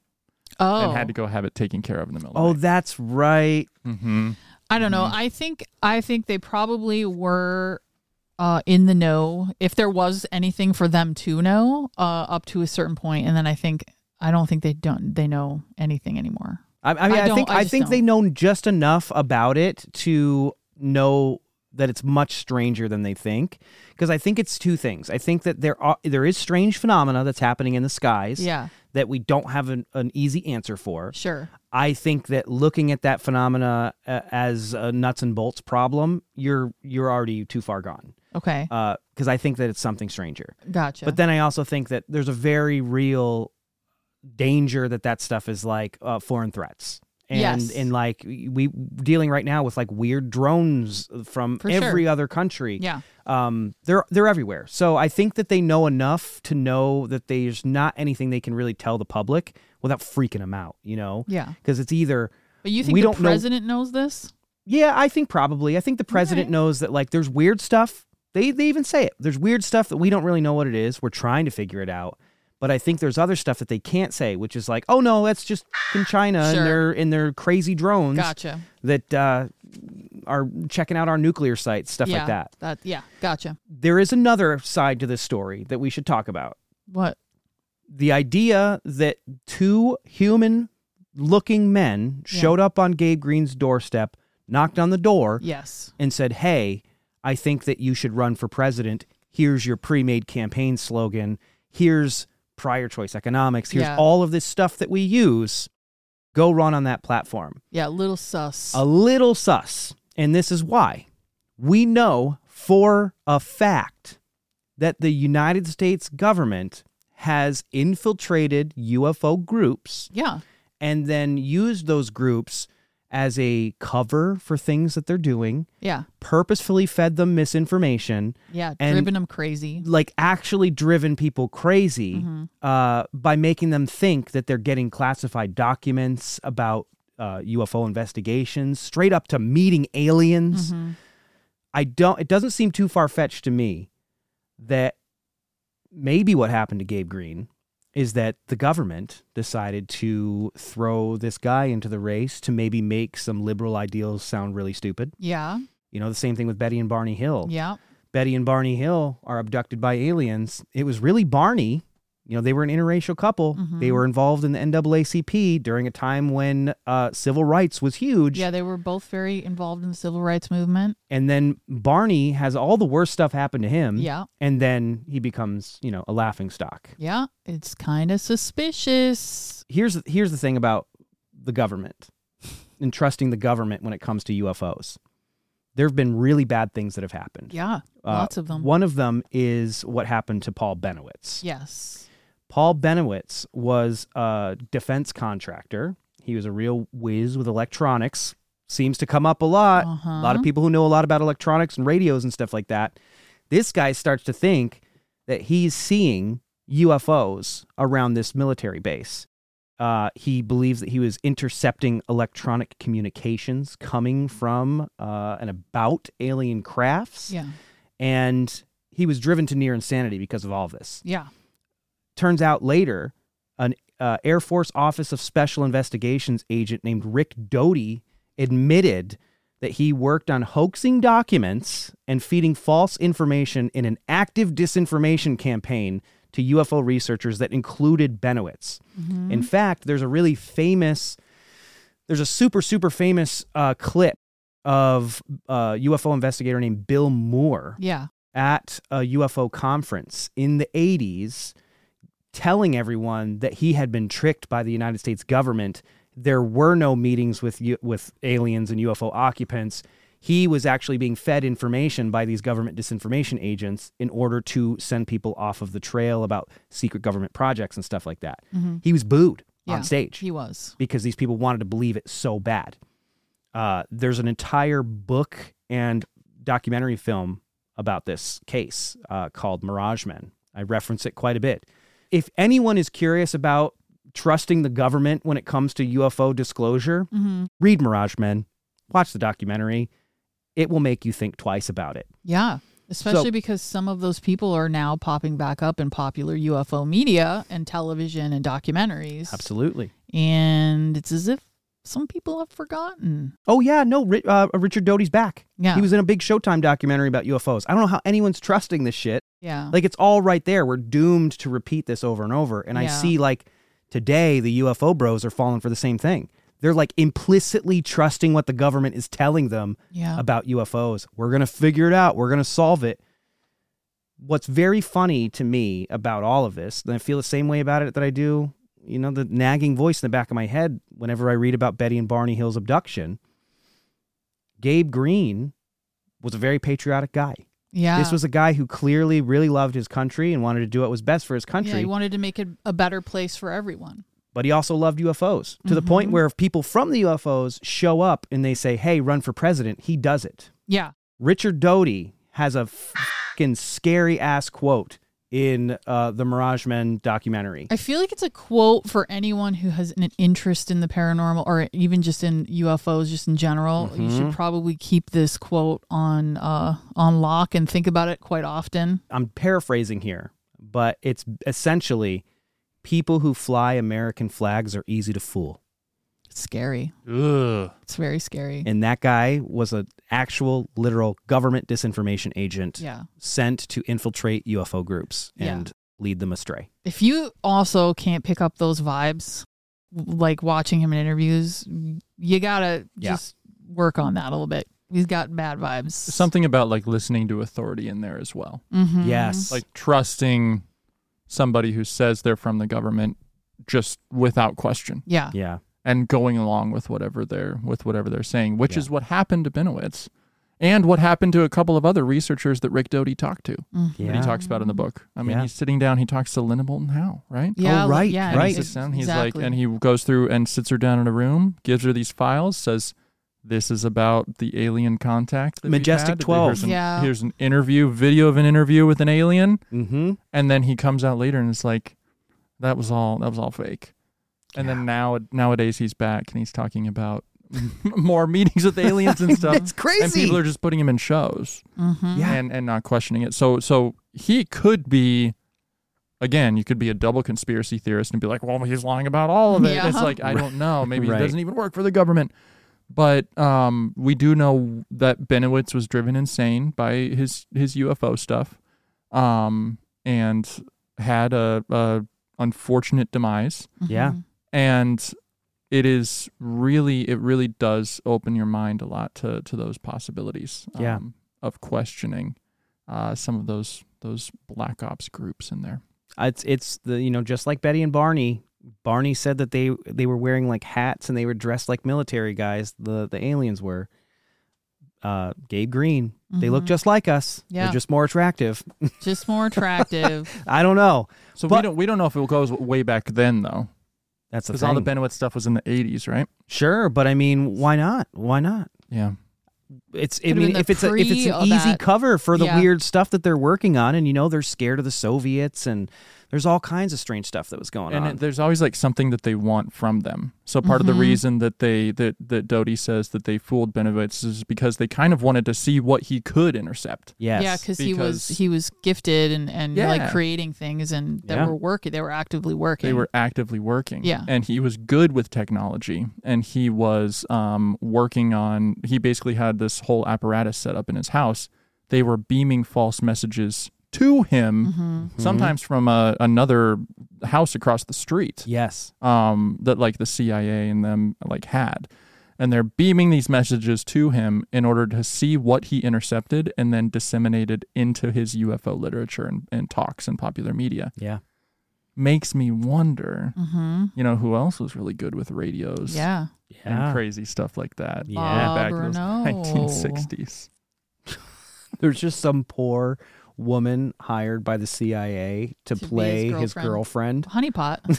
Speaker 4: oh,
Speaker 3: and had to go have it taken care of in the middle.
Speaker 2: Oh,
Speaker 3: of the
Speaker 2: that's right.
Speaker 3: night. hmm
Speaker 4: I don't know.
Speaker 2: Mm-hmm.
Speaker 4: I think I think they probably were uh, in the know if there was anything for them to know uh, up to a certain point, and then I think I don't think they don't they know anything anymore.
Speaker 2: I, I mean,
Speaker 4: I
Speaker 2: I,
Speaker 4: don't-
Speaker 2: think
Speaker 4: I
Speaker 2: I,
Speaker 4: just
Speaker 2: think they know just enough about it to know that it's much stranger than they think. Because I think it's two things. I think that there are there is strange phenomena that's happening in the skies.
Speaker 4: Yeah.
Speaker 2: That we don't have an, an easy answer for.
Speaker 4: Sure.
Speaker 2: I think that looking at that phenomena uh, as a nuts and bolts problem, you're you're already too far gone.
Speaker 4: Okay.
Speaker 2: Because I think that it's something stranger.
Speaker 4: Gotcha.
Speaker 2: Uh, But then I also think that there's a very real danger that that stuff is like uh, foreign threats. And,
Speaker 4: Yes.
Speaker 2: and like we dealing right now with like weird drones from
Speaker 4: For sure.
Speaker 2: every other country.
Speaker 4: yeah.
Speaker 2: Um, they're they're everywhere. So I think that they know enough to know that there's not anything they can really tell the public without freaking them out. You know.
Speaker 4: Yeah.
Speaker 2: Because it's either
Speaker 4: But you think
Speaker 2: we
Speaker 4: the
Speaker 2: don't know-
Speaker 4: president knows this?
Speaker 2: yeah, I think probably. I think the president
Speaker 4: Alright.
Speaker 2: knows that like there's weird stuff. They they even say it. There's weird stuff that we don't really know what it is. We're trying to figure it out. But I think there's other stuff that they can't say, which is like, oh no, that's just in China
Speaker 4: Sure.
Speaker 2: and their in their crazy drones
Speaker 4: Gotcha.
Speaker 2: that uh, are checking out our nuclear sites, stuff
Speaker 4: yeah.
Speaker 2: like that.
Speaker 4: That. Yeah. Gotcha.
Speaker 2: There is another side to this story that we should talk about
Speaker 4: What?
Speaker 2: the idea that two human looking men
Speaker 4: Yeah.
Speaker 2: showed up on Gabe Green's doorstep, knocked on the door,
Speaker 4: Yes.
Speaker 2: and said, Hey, I think that you should run for president. Here's your pre made campaign slogan. Here's prior choice economics. Here's
Speaker 4: Yeah.
Speaker 2: all of this stuff that we use. Go run on that platform.
Speaker 4: Yeah. Little sus.
Speaker 2: A little sus. And this is why we know for a fact that the United States government has infiltrated UFO groups
Speaker 4: yeah.
Speaker 2: and then used those groups as a cover for things that they're doing
Speaker 4: Yeah.
Speaker 2: purposefully fed them misinformation,
Speaker 4: Yeah.
Speaker 2: And-
Speaker 4: Driven them crazy.
Speaker 2: like actually driven people crazy uh, by making them think that they're getting classified documents about uh, UFO investigations, straight up to meeting
Speaker 4: Mm-hmm.
Speaker 2: aliens. I don't. It doesn't seem too far fetched to me that maybe what happened to Gabe Green is that the government decided to throw this guy into the race to maybe make some liberal ideals sound really stupid.
Speaker 4: Yeah.
Speaker 2: You know, the same thing with Betty and Barney Hill.
Speaker 4: Yeah.
Speaker 2: Betty and Barney Hill are abducted by aliens. It was really Barney. You know, they were an interracial couple.
Speaker 4: Mm-hmm.
Speaker 2: They were involved in the NAACP during a time when uh, civil rights was huge.
Speaker 4: Yeah. They were both very involved in the civil rights movement.
Speaker 2: And then Barney has all the worst stuff happen to him.
Speaker 4: Yeah.
Speaker 2: And then he becomes, you know, a laughing stock.
Speaker 4: Yeah. It's kind of suspicious.
Speaker 2: Here's here's the thing about the government and trusting the government when it comes to UFOs. There have been really bad things that have happened.
Speaker 4: Yeah.
Speaker 2: Uh,
Speaker 4: lots of them.
Speaker 2: One of them is what happened to Paul Benowitz.
Speaker 4: Yes.
Speaker 2: Paul Benowitz was a defense contractor. He was a real whiz with electronics. Seems to come up a lot. A lot of people who know a lot about electronics and radios and stuff like that. This guy starts to think that he's seeing UFOs around this military base. Uh, he believes that he was intercepting electronic communications coming from uh, and about alien crafts.
Speaker 4: Yeah.
Speaker 2: And he was driven to near insanity because of all of this
Speaker 4: Yeah.
Speaker 2: turns out later an uh, air force office of special investigations agent named rick doty admitted that he worked on hoaxing documents and feeding false information in an active disinformation campaign to ufo researchers that included benowitz in fact there's a really famous there's a super super famous uh, clip of uh, a ufo investigator named bill moore
Speaker 4: Yeah.
Speaker 2: at a UFO conference in the 80s telling everyone that he had been tricked by the United States government. There were no meetings with U- with aliens and UFO occupants. He was actually being fed information by these government disinformation agents in order to send people off of the trail about secret government projects and stuff like that. He was booed
Speaker 4: Yeah.
Speaker 2: on stage
Speaker 4: He was.
Speaker 2: because these people wanted to believe it so bad. Uh, there's an entire book and documentary film about this case uh, called Mirage Men. I reference it quite a bit. If anyone is curious about trusting the government when it comes to UFO disclosure,
Speaker 4: Mm-hmm.
Speaker 2: read Mirage Men, watch the documentary. It will make you think twice about it.
Speaker 4: Yeah. Especially because some of those people are now popping back up in popular UFO media and television and documentaries.
Speaker 2: Absolutely.
Speaker 4: And it's as if some people have forgotten.
Speaker 2: Oh yeah, no, Ri- uh, Richard Doty's back.
Speaker 4: Yeah.
Speaker 2: he was in a big Showtime documentary about UFOs. I don't know how anyone's trusting this shit.
Speaker 4: Yeah.
Speaker 2: Like it's all right there. We're doomed to repeat this over and over. And I
Speaker 4: Yeah.
Speaker 2: see like today the UFO bros are falling for the same thing. They're like implicitly trusting what the government is telling them
Speaker 4: yeah.
Speaker 2: about UFOs. We're going to figure it out. We're going to solve it. What's very funny to me about all of this, and I feel the same way about it that I do, you know, the nagging voice in the back of my head whenever I read about Betty and Barney Hill's abduction. Gabe Green was a very patriotic guy.
Speaker 4: Yeah.
Speaker 2: This was a guy who clearly really loved his country and wanted to do what was best for his
Speaker 4: Yeah,
Speaker 2: country,
Speaker 4: he wanted to make it a better place for everyone.
Speaker 2: but he also loved UFOs to the
Speaker 4: Mm-hmm.
Speaker 2: point where if people from the UFOs show up and they say, hey, run for president, he does it.
Speaker 4: Yeah.
Speaker 2: Richard Doty has a fucking scary ass quote in uh, the Mirage Men documentary.
Speaker 4: I feel like it's a quote for anyone who has an interest in the paranormal or even just in UFOs, just in general. You
Speaker 2: Mm-hmm.
Speaker 4: should probably keep this quote on uh, on lock and think about it quite often.
Speaker 2: I'm paraphrasing here, but it's essentially people who fly American flags are easy to fool.
Speaker 4: It's scary.
Speaker 7: Ugh.
Speaker 4: It's very scary.
Speaker 2: And that guy was an actual, literal government disinformation agent
Speaker 4: Yeah.
Speaker 2: sent to infiltrate UFO groups and lead them astray.
Speaker 4: If you also can't pick up those vibes, like watching him in interviews, you gotta
Speaker 2: Yeah.
Speaker 4: just work on that a little bit. He's got bad vibes.
Speaker 3: Something about like listening to authority in there as well.
Speaker 4: Mhm.
Speaker 2: Yes.
Speaker 3: Like trusting somebody who says they're from the government just without question
Speaker 4: Yeah.
Speaker 2: yeah.
Speaker 3: and going along with whatever they're with whatever they're saying, which is what happened to Benowitz and what happened to a couple of other researchers that Rick Doty talked to
Speaker 4: Mm-hmm.
Speaker 3: that
Speaker 2: Yeah.
Speaker 3: he talks about in the book. I mean,
Speaker 2: Yeah.
Speaker 3: he's sitting down, he talks to Linda Bolton Howe, right?
Speaker 4: Yeah.
Speaker 2: Oh, right,
Speaker 4: Yeah.
Speaker 3: And
Speaker 2: right.
Speaker 3: he sits down. He's
Speaker 4: exactly.
Speaker 3: like, and he goes through and sits her down in a room, gives her these files, says, "This is about the alien contact." that we've
Speaker 2: Majestic
Speaker 3: had.
Speaker 2: 12.
Speaker 3: Here's an,
Speaker 4: Yeah.
Speaker 3: Here's an interview, video of an interview with an alien,
Speaker 2: Mm-hmm.
Speaker 3: and then he comes out later and it's like, "That was all. That was all fake." And then now nowadays he's back and he's talking about more meetings with aliens and stuff.
Speaker 2: It's crazy.
Speaker 3: And people are just putting him in shows
Speaker 4: Mhm.
Speaker 2: Yeah.
Speaker 3: and and not questioning it. So so he could be again, you could be a double conspiracy theorist and be like, "Well, he's lying about all of it."
Speaker 4: Yeah.
Speaker 3: It's like, I don't know, maybe
Speaker 2: Right.
Speaker 3: it doesn't even work for the government. But um, we do know that Benowitz was driven insane by his his UFO stuff um, and had a, a unfortunate demise
Speaker 2: Yeah.
Speaker 3: and it is really it really does open your mind a lot to to those possibilities
Speaker 2: Yeah.
Speaker 3: um, of questioning uh, some of those those black ops groups in there
Speaker 2: Uh, it's it's the you know just like Betty and Barney. Barney said that they they were wearing like hats and they were dressed like military guys. The the aliens were. Uh, Gabe Green. They look
Speaker 4: Mhm.
Speaker 2: just like us.
Speaker 4: Yeah.
Speaker 2: They're just more attractive.
Speaker 4: Just more attractive.
Speaker 2: I don't know.
Speaker 3: so
Speaker 2: But-
Speaker 3: we don't we don't know if it goes way back then though
Speaker 2: That's the
Speaker 3: because
Speaker 2: thing.
Speaker 3: all the Benowitz stuff was in the 80s right
Speaker 2: sure, but I mean, why not? Why not?
Speaker 3: yeah
Speaker 2: It's I
Speaker 4: Could've
Speaker 2: mean,
Speaker 4: been the
Speaker 2: if it's a, if it's
Speaker 4: pre
Speaker 2: an
Speaker 4: of
Speaker 2: easy
Speaker 4: that.
Speaker 2: cover for the
Speaker 4: Yeah.
Speaker 2: weird stuff that they're working on, and you know they're scared of the Soviets, and there's all kinds of strange stuff that was going
Speaker 3: and
Speaker 2: on.
Speaker 3: it, there's always like something that they want from them so part of
Speaker 4: Mhm.
Speaker 2: Mm-hmm.
Speaker 3: the reason that they that that Doty says that they fooled Benowitz is because they kind of wanted to see what he could intercept
Speaker 2: yes.
Speaker 4: Yeah, because he was
Speaker 3: Because-
Speaker 4: he was gifted and and like
Speaker 3: Yeah.
Speaker 4: creating things and they
Speaker 2: Yeah.
Speaker 4: were working. They were actively working.
Speaker 3: They were actively working.
Speaker 4: Yeah.
Speaker 3: And he was good with technology and he was um, working on, he basically had this whole apparatus set up in his house. They were beaming false messages to him, sometimes from a, another house across the street
Speaker 2: yes.
Speaker 3: um, that like the CIA and them like had. And they're beaming these messages to him in order to see what he intercepted and then disseminated into his UFO literature and, and talks and popular media.
Speaker 2: Yeah.
Speaker 3: Makes me wonder
Speaker 4: hmm
Speaker 3: you know who else was really good with radios
Speaker 4: Yeah.
Speaker 3: and
Speaker 2: Yeah.
Speaker 3: crazy stuff like that
Speaker 2: Yeah.
Speaker 4: Bob
Speaker 3: back in the
Speaker 4: Renault.
Speaker 3: 1960s
Speaker 2: There's just some poor woman hired by the CIA to,
Speaker 4: To be his
Speaker 2: play his girlfriend.
Speaker 4: Honeypot.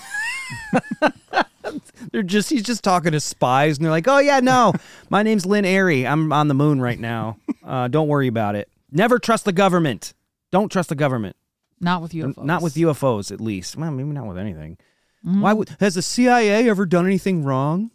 Speaker 2: They're just he's just talking to spies and they're like, "Oh yeah, no. My name's Lynn Airy. I'm on the moon right now. Uh, don't worry about it. Never trust the government. Don't trust the government.
Speaker 4: Not with
Speaker 2: They're-
Speaker 4: UFOs.
Speaker 2: Not with UFOs at least. Well, maybe not with anything.
Speaker 3: Mm-hmm.
Speaker 2: Why would has the CIA ever done anything wrong?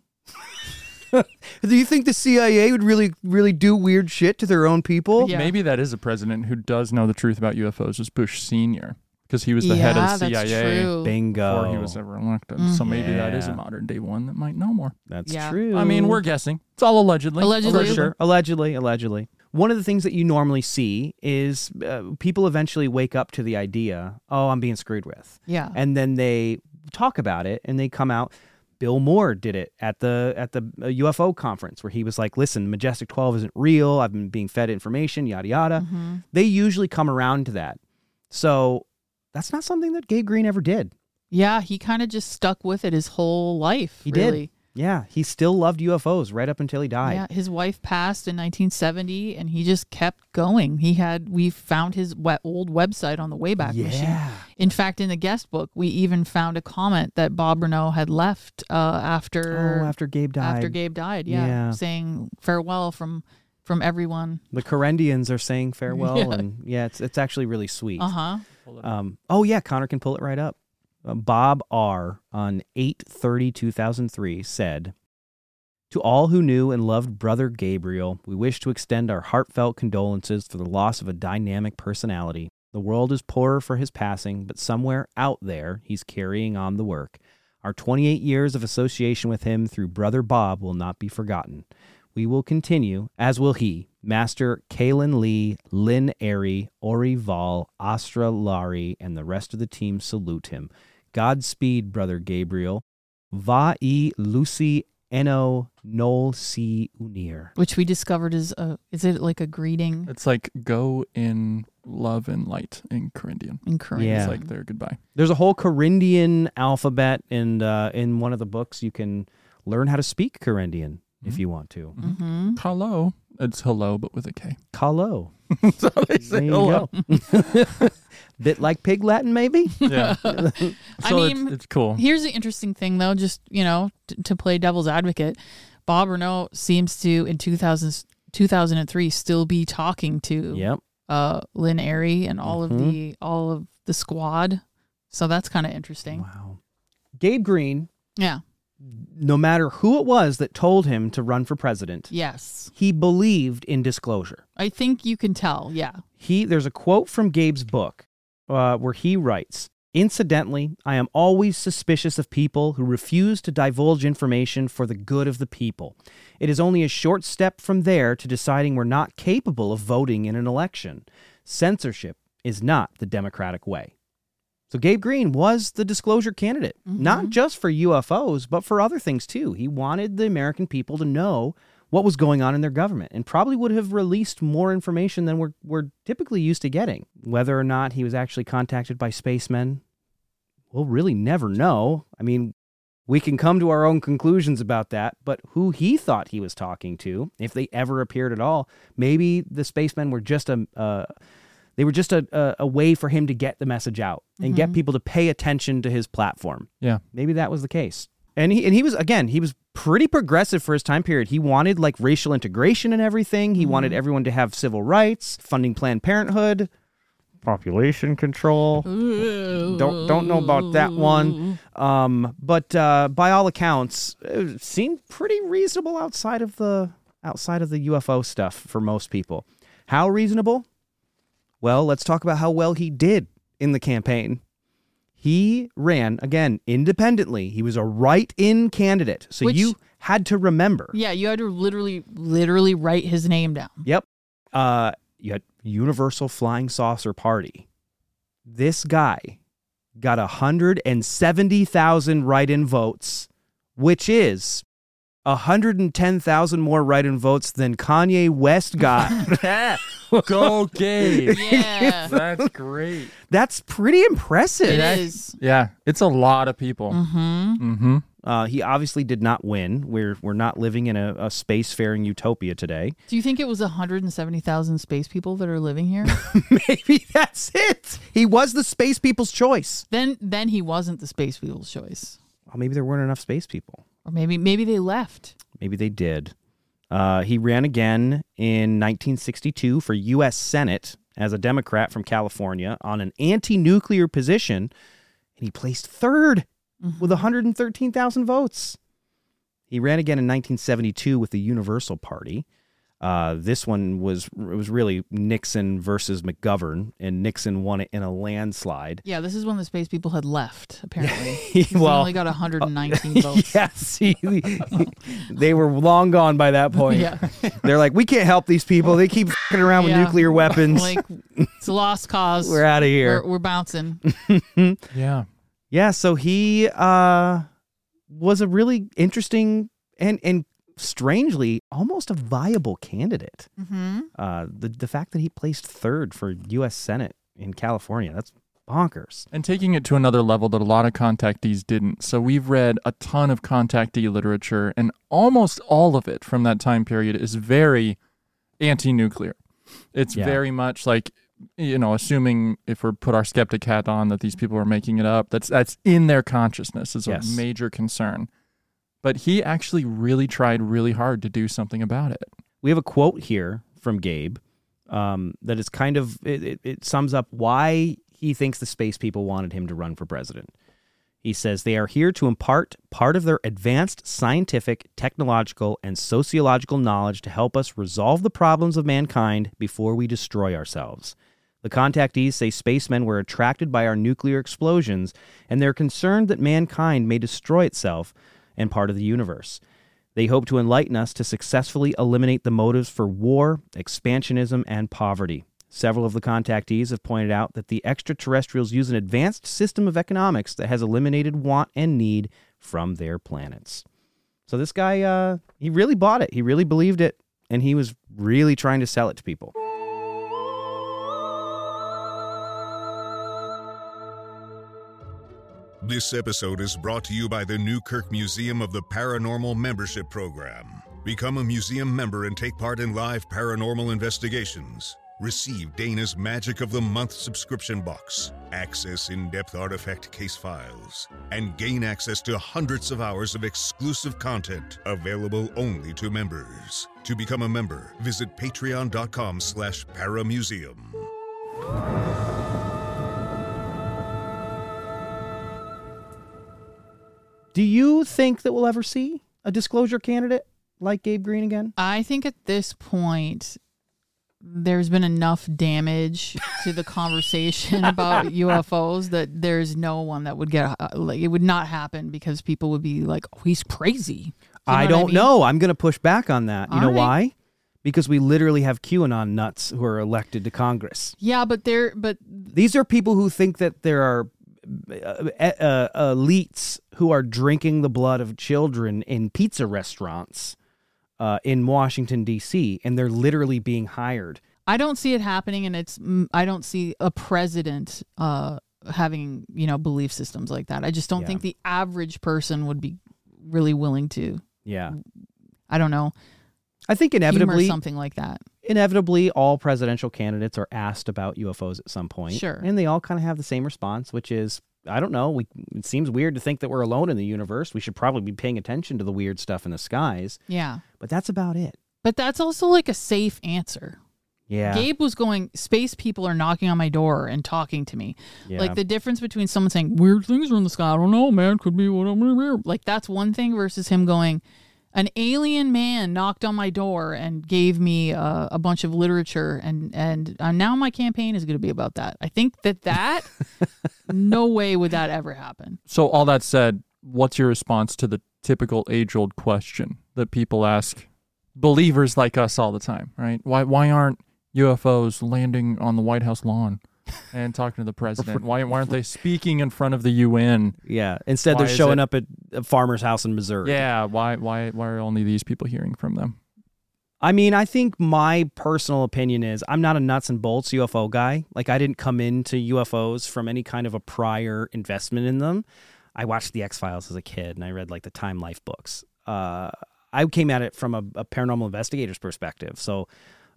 Speaker 2: Do you think the CIA would really really do weird shit to their own people?
Speaker 4: Yeah.
Speaker 3: maybe that is a president who does know the truth about ufos is bush senior because he was the head
Speaker 4: yeah,
Speaker 3: of CIA
Speaker 4: that's true.
Speaker 2: Bingo.
Speaker 3: before he was ever elected.
Speaker 4: Mm.
Speaker 3: So maybe that is a
Speaker 2: Oh. Yeah.
Speaker 3: modern day one that might know more.
Speaker 2: That's
Speaker 4: Yeah.
Speaker 2: true.
Speaker 3: I mean, we're guessing. It's all allegedly.
Speaker 4: Allegedly.
Speaker 2: for sure. Allegedly, allegedly. One of the things that you normally see is uh, people eventually wake up to the idea, oh, I'm being screwed with.
Speaker 4: Yeah.
Speaker 2: And then they talk about it and they come out. Bill Moore did it at the at the uh, UFO conference where he was like, "Listen, Majestic 12 isn't real. I've been being fed information, yada yada."
Speaker 4: Mm-hmm.
Speaker 2: They usually come around to that. So, that's not something that Gabe Green ever did.
Speaker 4: Yeah, he kind of just stuck with it his whole life.
Speaker 2: He
Speaker 4: really.
Speaker 2: did. Yeah, he still loved UFOs right up until he died.
Speaker 4: Yeah, his wife passed in 1970, and he just kept going. He had we found his we- old website on the Wayback Machine.
Speaker 2: Yeah.
Speaker 4: In fact, in the guest book, we even found a comment that Bob Renault had left uh, after
Speaker 2: Oh, after Gabe died.
Speaker 4: after Gabe died. Yeah,
Speaker 2: Yeah.
Speaker 4: saying farewell from from everyone.
Speaker 2: the Corendians are saying farewell, and yeah, it's it's actually really sweet.
Speaker 4: Uh huh.
Speaker 2: Um, oh yeah, Connor can pull it right up. Uh, Bob R on 8-30-2003 said, "To all who knew and loved Brother Gabriel, we wish to extend our heartfelt condolences for the loss of a dynamic personality. The world is poorer for his passing, but somewhere out there, he's carrying on the work. Our 28 years of association with him through Brother Bob will not be forgotten." We will continue, as will he, Master Kalen Lee, Lynn Airy, Ori Val, Astra Lari, and the rest of the team salute him. Godspeed, Brother Gabriel. Va e Lucy Eno Nol Si Unir.
Speaker 4: Which we discovered is a is it like a greeting
Speaker 3: It's like go in love and light in Corinthian.
Speaker 4: in Korean?
Speaker 2: Yeah.
Speaker 3: It's like their goodbye.
Speaker 2: There's a whole Corindian alphabet, and uh, in one of the books, you can learn how to speak Corindian if you want to.
Speaker 4: hmm
Speaker 3: Hello. It's hello, but with a K.
Speaker 2: Kalo.
Speaker 3: so they
Speaker 2: There
Speaker 3: say
Speaker 2: you
Speaker 3: hello.
Speaker 2: go. Bit like Pig Latin, maybe?
Speaker 3: Yeah. so
Speaker 4: I mean-
Speaker 3: it's, it's cool.
Speaker 4: Here's the interesting thing, though, just, you know, t- to play devil's advocate, Bob Renault seems to, in 2000, 2003, still be talking to
Speaker 2: Yep.
Speaker 4: uh, Lynn Airy and all
Speaker 2: Mhm.
Speaker 4: of the all of the squad. So that's kind of interesting.
Speaker 2: Wow. Gabe Green
Speaker 4: Yeah.
Speaker 2: no matter who it was that told him to run for president,
Speaker 4: Yes.
Speaker 2: he believed in disclosure.
Speaker 4: I think you can tell. Yeah.
Speaker 2: He there's a quote from Gabe's book uh, where he writes, "Incidentally, I am always suspicious of people who refuse to divulge information for the good of the people. It is only a short step from there to deciding we're not capable of voting in an election. Censorship is not the democratic way." So Gabe Green was the disclosure candidate, not just for UFOs, but for other things too. He wanted the American people to know what was going on in their government and probably would have released more information than we're, we're typically used to getting. Whether or not he was actually contacted by spacemen, we'll really never know. I mean, we can come to our own conclusions about that, but who he thought he was talking to, if they ever appeared at all, maybe the spacemen were just a, uh, they were just a, a, a way for him to get the message out and get people to pay attention to his platform.
Speaker 3: Yeah.
Speaker 2: Maybe that was the case. And he and he was again, he was pretty progressive for his time period. He wanted like racial integration and everything. He wanted everyone to have civil rights, funding Planned Parenthood.
Speaker 7: Population control.
Speaker 2: Don't don't know about that one. Um, but uh, by all accounts, it seemed pretty reasonable outside of the outside of the UFO stuff for most people. How reasonable? Well, let's talk about how well he did in the campaign. He ran again independently. He was a write-in candidate, so
Speaker 4: Which-
Speaker 2: you had to remember.
Speaker 4: Yeah. You had to literally, literally write his name down.
Speaker 2: Yep. Uh, you had Universal Flying Saucer Party. This guy got 170,000 write in votes, which is 110,000 more write in votes than Kanye West got.
Speaker 3: go Gabe.
Speaker 4: Yeah.
Speaker 3: That's great.
Speaker 2: That's pretty impressive.
Speaker 4: it is.
Speaker 3: Yeah. It's a lot of people.
Speaker 4: Mm-hmm.
Speaker 3: Mm-hmm.
Speaker 2: Uh, he obviously did not win. We're, we're not living in a, a spacefaring utopia today.
Speaker 4: Do you think it was 170,000 space people that are living here?
Speaker 2: Maybe that's it. He was the space people's choice.
Speaker 4: then, then he wasn't the space people's choice.
Speaker 2: Well, maybe there weren't enough space people.
Speaker 4: Or maybe, maybe they left.
Speaker 2: Maybe they did. Uh, he ran again in 1962 for U.S. Senate as a Democrat from California on an anti nuclear position, and he placed 3rd
Speaker 4: Mm-hmm.
Speaker 2: with 113,000 votes. He ran again in 1972 with the Universal Party. Uh, this one was it was really Nixon versus McGovern, and Nixon won it in a landslide.
Speaker 4: Yeah, this is when the space people had left, apparently.
Speaker 2: Well-
Speaker 4: well, uh, only got 119 votes.
Speaker 2: yes, he- he- they were long gone by that point.
Speaker 4: Yeah.
Speaker 2: They're like, we can't help these people. They keep fucking around
Speaker 4: Yeah.
Speaker 2: with nuclear weapons.
Speaker 4: like, it's a lost cause.
Speaker 2: we're out of here.
Speaker 4: We're, we're bouncing.
Speaker 3: Yeah.
Speaker 2: Yeah, so he uh was a really interesting and and strangely almost a viable candidate.
Speaker 4: hmm
Speaker 2: Uh the the fact that he placed third for US Senate in California, that's bonkers.
Speaker 3: And taking it to another level that a lot of contactees didn't. So we've read a ton of contactee literature, and almost all of it from that time period is very anti nuclear. It's
Speaker 2: Yeah.
Speaker 3: very much like, you know, assuming if we put our skeptic hat on that these people are making it up, that's that's in their consciousness is
Speaker 2: Yes.
Speaker 3: a major concern. But he actually really tried really hard to do something about it.
Speaker 2: We have a quote here from Gabe um that is kind of it, it, it sums up why he thinks the space people wanted him to run for president. He says they are here to impart part of their advanced scientific, technological, and sociological knowledge to help us resolve the problems of mankind before we destroy ourselves. The contactees say spacemen were attracted by our nuclear explosions, and they're concerned that mankind may destroy itself and part of the universe. They hope to enlighten us to successfully eliminate the motives for war, expansionism, and poverty. Several of the contactees have pointed out that the extraterrestrials use an advanced system of economics that has eliminated want and need from their planets. So this guy, uh, he really bought it. He really believed it, and he was really trying to sell it to people.
Speaker 1: This episode is brought to you by the Newkirk Museum of the Paranormal Membership Program. Become a museum member and take part in live paranormal investigations. Receive Dana's Magic of the Month subscription box, access in depth artifact case files, and gain access to hundreds of hours of exclusive content available only to members. To become a member, visit patreon.com slash paramuseum.
Speaker 2: Do you think that we'll ever see a disclosure candidate like Gabe Green again?
Speaker 4: I think at this point, there's been enough damage to the conversation about UFOs that there's no one that would get uh, like it would not happen because people would be like, "Oh, he's crazy." You
Speaker 2: I
Speaker 4: what
Speaker 2: don't
Speaker 4: mean?
Speaker 2: know. I'm going to push back on that. You
Speaker 4: All
Speaker 2: know
Speaker 4: right.
Speaker 2: why? Because we literally have QAnon nuts who are elected to Congress.
Speaker 4: Yeah, but there, but
Speaker 2: These are people who think that there are uh, uh, elites who are drinking the blood of children in pizza restaurants uh, in Washington D.C. and they're literally being hired.
Speaker 4: I don't see it happening, and it's mm, I don't see a president uh, having you know belief systems like that. I just don't
Speaker 2: Yeah.
Speaker 4: think the average person would be really willing to.
Speaker 2: Yeah,
Speaker 4: I don't know
Speaker 2: I think
Speaker 4: humor
Speaker 2: inevitably,
Speaker 4: something like that.
Speaker 2: inevitably, all presidential candidates are asked about UFOs at some point.
Speaker 4: Sure.
Speaker 2: and they all kind of have the same response, which is. I don't know. We, it seems weird to think that we're alone in the universe. We should probably be paying attention to the weird stuff in the skies,
Speaker 4: Yeah,
Speaker 2: but that's about it.
Speaker 4: but that's also like a safe answer.
Speaker 2: Yeah.
Speaker 4: Gabe was going. Space people are knocking on my door and talking to me.
Speaker 2: yeah.
Speaker 4: Like the difference between someone saying weird things are in the sky. I don't know, man. Could be whatever. Like that's one thing versus him going. An alien man knocked on my door and gave me uh, a bunch of literature, and and uh, now my campaign is going to be about that. I think that that no way would that ever happen.
Speaker 3: So, all that said, what's your response to the typical age old question that people ask believers like us all the time, right? Why, why aren't UFOs landing on the White House lawn and talking to the president? Why, why aren't they speaking in front of the UN?
Speaker 2: yeah. Instead, they're
Speaker 3: Why is
Speaker 2: showing
Speaker 3: it-
Speaker 2: up at a farmer's house in Missouri.
Speaker 3: Yeah, why, why, why are only these people hearing from them?
Speaker 2: I mean, I think my personal opinion is I'm not a nuts and bolts UFO guy. Like, I didn't come into UFOs from any kind of a prior investment in them. I watched The X Files as a kid and I read like the Time Life books. Uh, I came at it from a, a paranormal investigator's perspective. So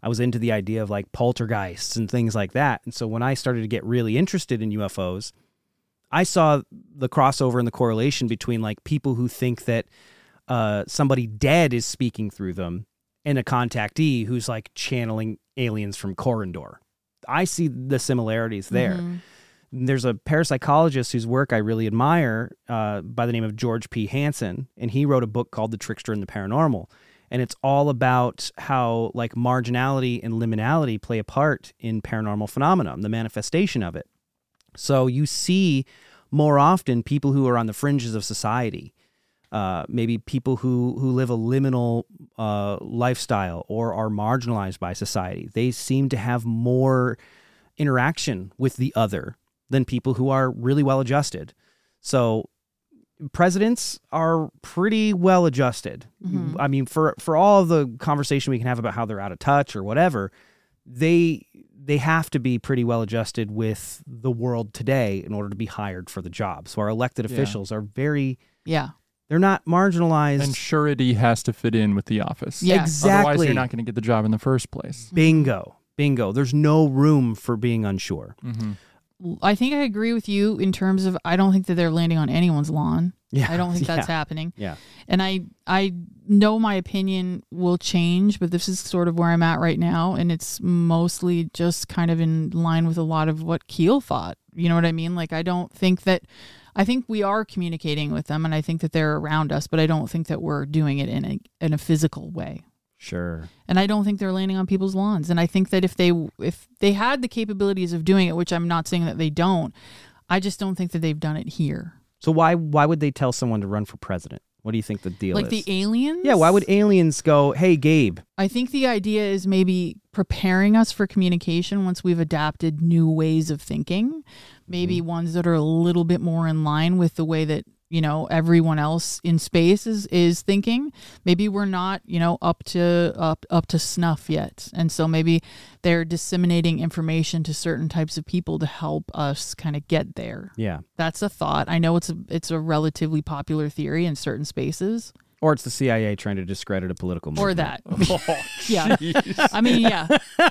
Speaker 2: I was into the idea of like poltergeists and things like that. And so when I started to get really interested in UFOs, I saw the crossover and the correlation between like people who think that uh, somebody dead is speaking through them and a contactee who's like channeling aliens from Corindor. I see the similarities there.
Speaker 4: Mhm.
Speaker 2: There's a parapsychologist whose work I really admire uh, by the name of George P. Hansen, and he wrote a book called The Trickster and the Paranormal. and it's all about how like marginality and liminality play a part in paranormal phenomenon, the manifestation of it. So you see more often people who are on the fringes of society, uh, maybe people who who live a liminal uh, lifestyle or are marginalized by society. They seem to have more interaction with the other than people who are really well adjusted. So presidents are pretty well adjusted.
Speaker 4: Mhm.
Speaker 2: I mean, for for all the conversation we can have about how they're out of touch or whatever, they they have to be pretty well adjusted with the world today in order to be hired for the job. So our elected
Speaker 3: Yeah.
Speaker 2: officials are very
Speaker 4: Yeah.
Speaker 2: they're not marginalized.
Speaker 3: And surety has to fit in with the office.
Speaker 4: Yeah.
Speaker 3: Otherwise,
Speaker 2: Exactly.
Speaker 3: you're not going to get the job in the first
Speaker 4: Mm.
Speaker 3: place.
Speaker 2: Bingo. Bingo. There's no room for being unsure.
Speaker 3: Mm-hmm.
Speaker 4: I think I agree with you in terms of I don't think that they're landing on anyone's lawn.
Speaker 2: Yeah.
Speaker 4: I don't think that's
Speaker 2: Yeah.
Speaker 4: happening.
Speaker 2: Yeah.
Speaker 4: And I I know my opinion will change, but this is sort of where I'm at right now and it's mostly just kind of in line with a lot of what Keel thought. You know what I mean? Like I don't think that I think we are communicating with them and I think that they're around us, but I don't think that we're doing it in a in a physical way
Speaker 2: Sure.
Speaker 4: and I don't think they're landing on people's lawns. And I think that if they if they had the capabilities of doing it, which I'm not saying that they don't, I just don't think that they've done it here.
Speaker 2: So why why would they tell someone to run for president? What do you think the deal
Speaker 4: like
Speaker 2: is?
Speaker 4: the aliens.
Speaker 2: yeah, why would aliens go, "Hey Gabe,
Speaker 4: I think the idea is maybe preparing us for communication once we've adapted new ways of thinking, maybe ones that are a little bit more in line with the way that you know everyone else in space is is thinking. Maybe we're not you know up to up up to snuff yet, and so maybe they're disseminating information to certain types of people to help us kind of get there.
Speaker 2: yeah,
Speaker 4: That's a thought. I know it's a it's a relatively popular theory in certain spaces,
Speaker 2: or it's the CIA trying to discredit a political
Speaker 4: or
Speaker 2: movement."
Speaker 4: that.
Speaker 3: Oh,
Speaker 4: yeah, I mean, yeah.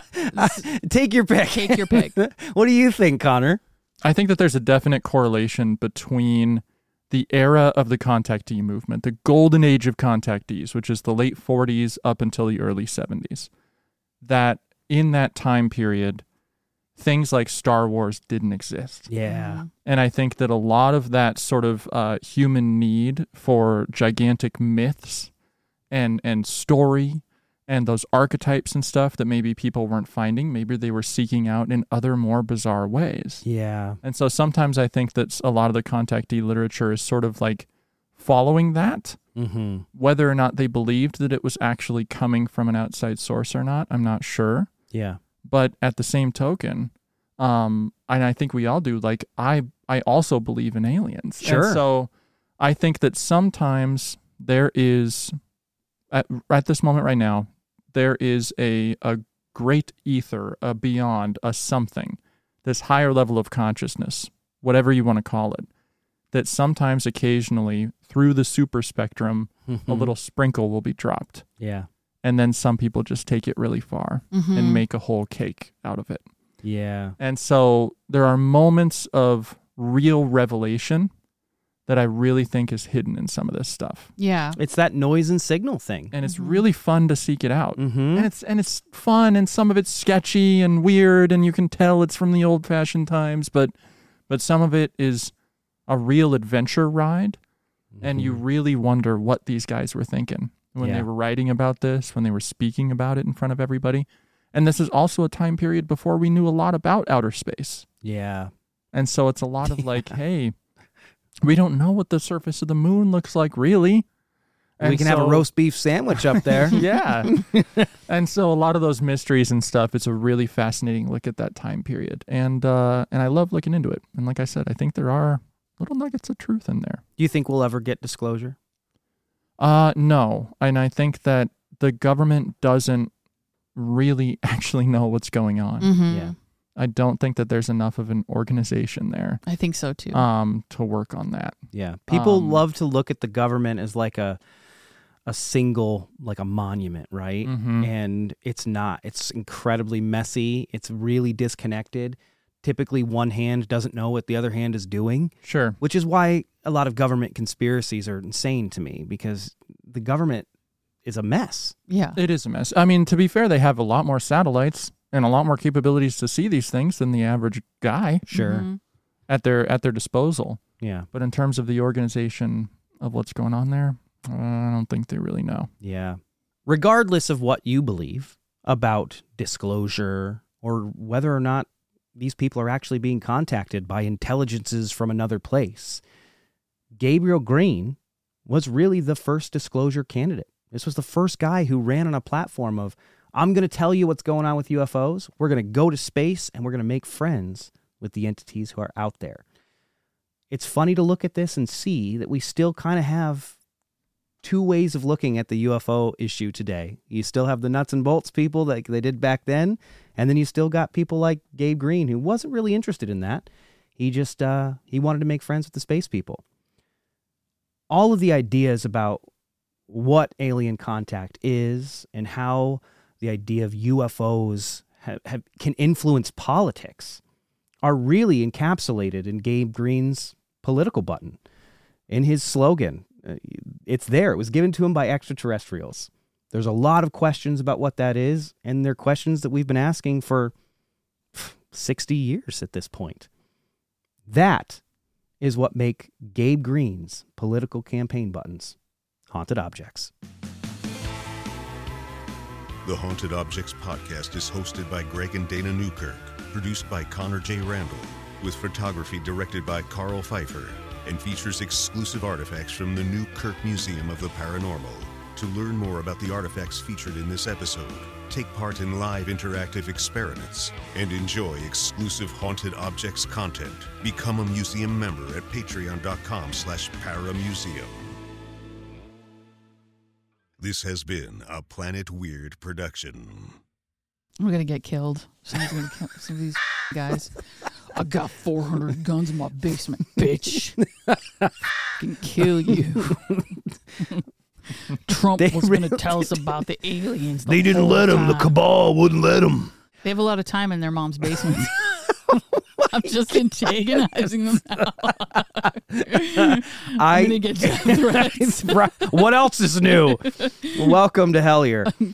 Speaker 2: Take your pick.
Speaker 4: Take your pick.
Speaker 2: what do you think, Connor?
Speaker 3: I think that there's a definite correlation between the era of the contactee movement, the golden age of contactees, which is the late 40s up until the early 70s. That in that time period, things like Star Wars didn't exist.
Speaker 2: Yeah.
Speaker 4: Mm.
Speaker 3: And I think that a lot of that sort of uh, human need for gigantic myths and and story and those archetypes and stuff that maybe people weren't finding, maybe they were seeking out in other more bizarre ways.
Speaker 2: Yeah.
Speaker 3: And so sometimes I think that a lot of the contactee literature is sort of like following that.
Speaker 2: Mhm.
Speaker 3: Whether or not they believed that it was actually coming from an outside source or not, I'm not sure.
Speaker 2: Yeah.
Speaker 3: But at the same token, um, and I think we all do. Like I, I also believe in aliens. And
Speaker 2: Sure.
Speaker 3: so I think that sometimes there is, at, at this moment right now, there is a a great ether, a beyond, a something, this higher level of consciousness, whatever you want to call it, that sometimes, occasionally, through the super spectrum, a
Speaker 2: Mhm.
Speaker 3: little sprinkle will be dropped,
Speaker 2: Yeah.
Speaker 3: and then some people just take it really far
Speaker 4: Mhm.
Speaker 3: and make a whole cake out of it.
Speaker 2: Yeah.
Speaker 3: And so there are moments of real revelation that I really think is hidden in some of this stuff.
Speaker 4: Yeah.
Speaker 2: It's that noise and signal thing.
Speaker 3: And it's
Speaker 4: Mhm.
Speaker 3: really fun to seek it out.
Speaker 2: Mhm.
Speaker 3: And it's and it's fun and some of it's sketchy and weird and you can tell it's from the old fashioned times, but but some of it is a real adventure ride and you really wonder what these guys were thinking
Speaker 2: Mm-hmm.
Speaker 3: when
Speaker 2: Yeah.
Speaker 3: they were writing about this, when they were speaking about it in front of everybody. And this is also a time period before we knew a lot about outer space.
Speaker 2: Yeah.
Speaker 3: And so it's a lot of like, hey, we don't know what the surface of the moon looks like really.
Speaker 2: we
Speaker 3: And
Speaker 2: can have a
Speaker 3: so-
Speaker 2: roast beef sandwich up there.
Speaker 3: Yeah. and so a lot of those mysteries and stuff, it's a really fascinating look at that time period. And uh and I love looking into it. And like I said, I think there are little nuggets of truth in there.
Speaker 2: Do you think we'll ever get disclosure?
Speaker 3: Uh no. And I think that the government doesn't really actually know what's going on.
Speaker 2: Mm.
Speaker 4: Mhm.
Speaker 2: Yeah.
Speaker 3: I don't think that there's enough of an organization there
Speaker 4: I think so too.
Speaker 2: Uh,
Speaker 3: um to work on that.
Speaker 2: Yeah. People
Speaker 3: Um,
Speaker 2: love to look at the government as like a a single like a monument, right?
Speaker 3: Mhm.
Speaker 2: And it's not. It's incredibly messy. It's really disconnected. Typically one hand doesn't know what the other hand is doing,
Speaker 3: Sure.
Speaker 2: which is why a lot of government conspiracies are insane to me because the government is a mess.
Speaker 4: yeah.
Speaker 3: It is a mess. I mean, to be fair, they have a lot more satellites and a lot more capabilities to see these things than the average guy Mm-hmm.
Speaker 4: Mhm.
Speaker 3: at their at their disposal.
Speaker 2: Yeah.
Speaker 3: But in terms of the organization of what's going on there, uh, I don't think they really know.
Speaker 2: Yeah. regardless of what you believe about disclosure or whether or not these people are actually being contacted by intelligences from another place. Gabriel Green was really the first disclosure candidate. This was the first guy who ran on a platform of, I'm going to tell you what's going on with UFOs. We're going to go to space and we're going to make friends with the entities who are out there. It's funny to look at this and see that we still kind of have two ways of looking at the UFO issue today. You still have the nuts and bolts people like they did back then, and then you still got people like Gabe Green who wasn't really interested in that. He just uh, he wanted to make friends with the space people. All of the ideas about what alien contact is and how the idea of UFOs have, have, can influence politics are really encapsulated in Gabe Green's political button, in his slogan. Uh, It's there. It was given to him by extraterrestrials. There's a lot of questions about what that is, and they're questions that we've been asking for pff, 60 years at this point. That is what make Gabe Green's political campaign buttons haunted objects.
Speaker 1: The Haunted Objects podcast is hosted by Greg and Dana Newkirk, produced by Connor J. Randall, with photography directed by Carl Pfeiffer, and features exclusive artifacts from the Newkirk Museum of the Paranormal. To learn more about the artifacts featured in this episode, take part in live interactive experiments, and enjoy exclusive Haunted Objects content, become a museum member at patreon.com slash paramuseum. This has been a Planet Weird production.
Speaker 4: I'm gonna get killed. Someone's gonna kill some of these guys. I got 400 guns in my basement, bitch. Can kill you. Trump
Speaker 2: They
Speaker 4: was
Speaker 2: really
Speaker 4: gonna tell us about the aliens. the whole time.
Speaker 2: cabal wouldn't let him.
Speaker 4: They have a lot of time in their mom's basement. I'm just antagonizing them. Now. I'm
Speaker 2: I
Speaker 4: gonna get death threats.
Speaker 2: Right. what else is new? Welcome to Hellier.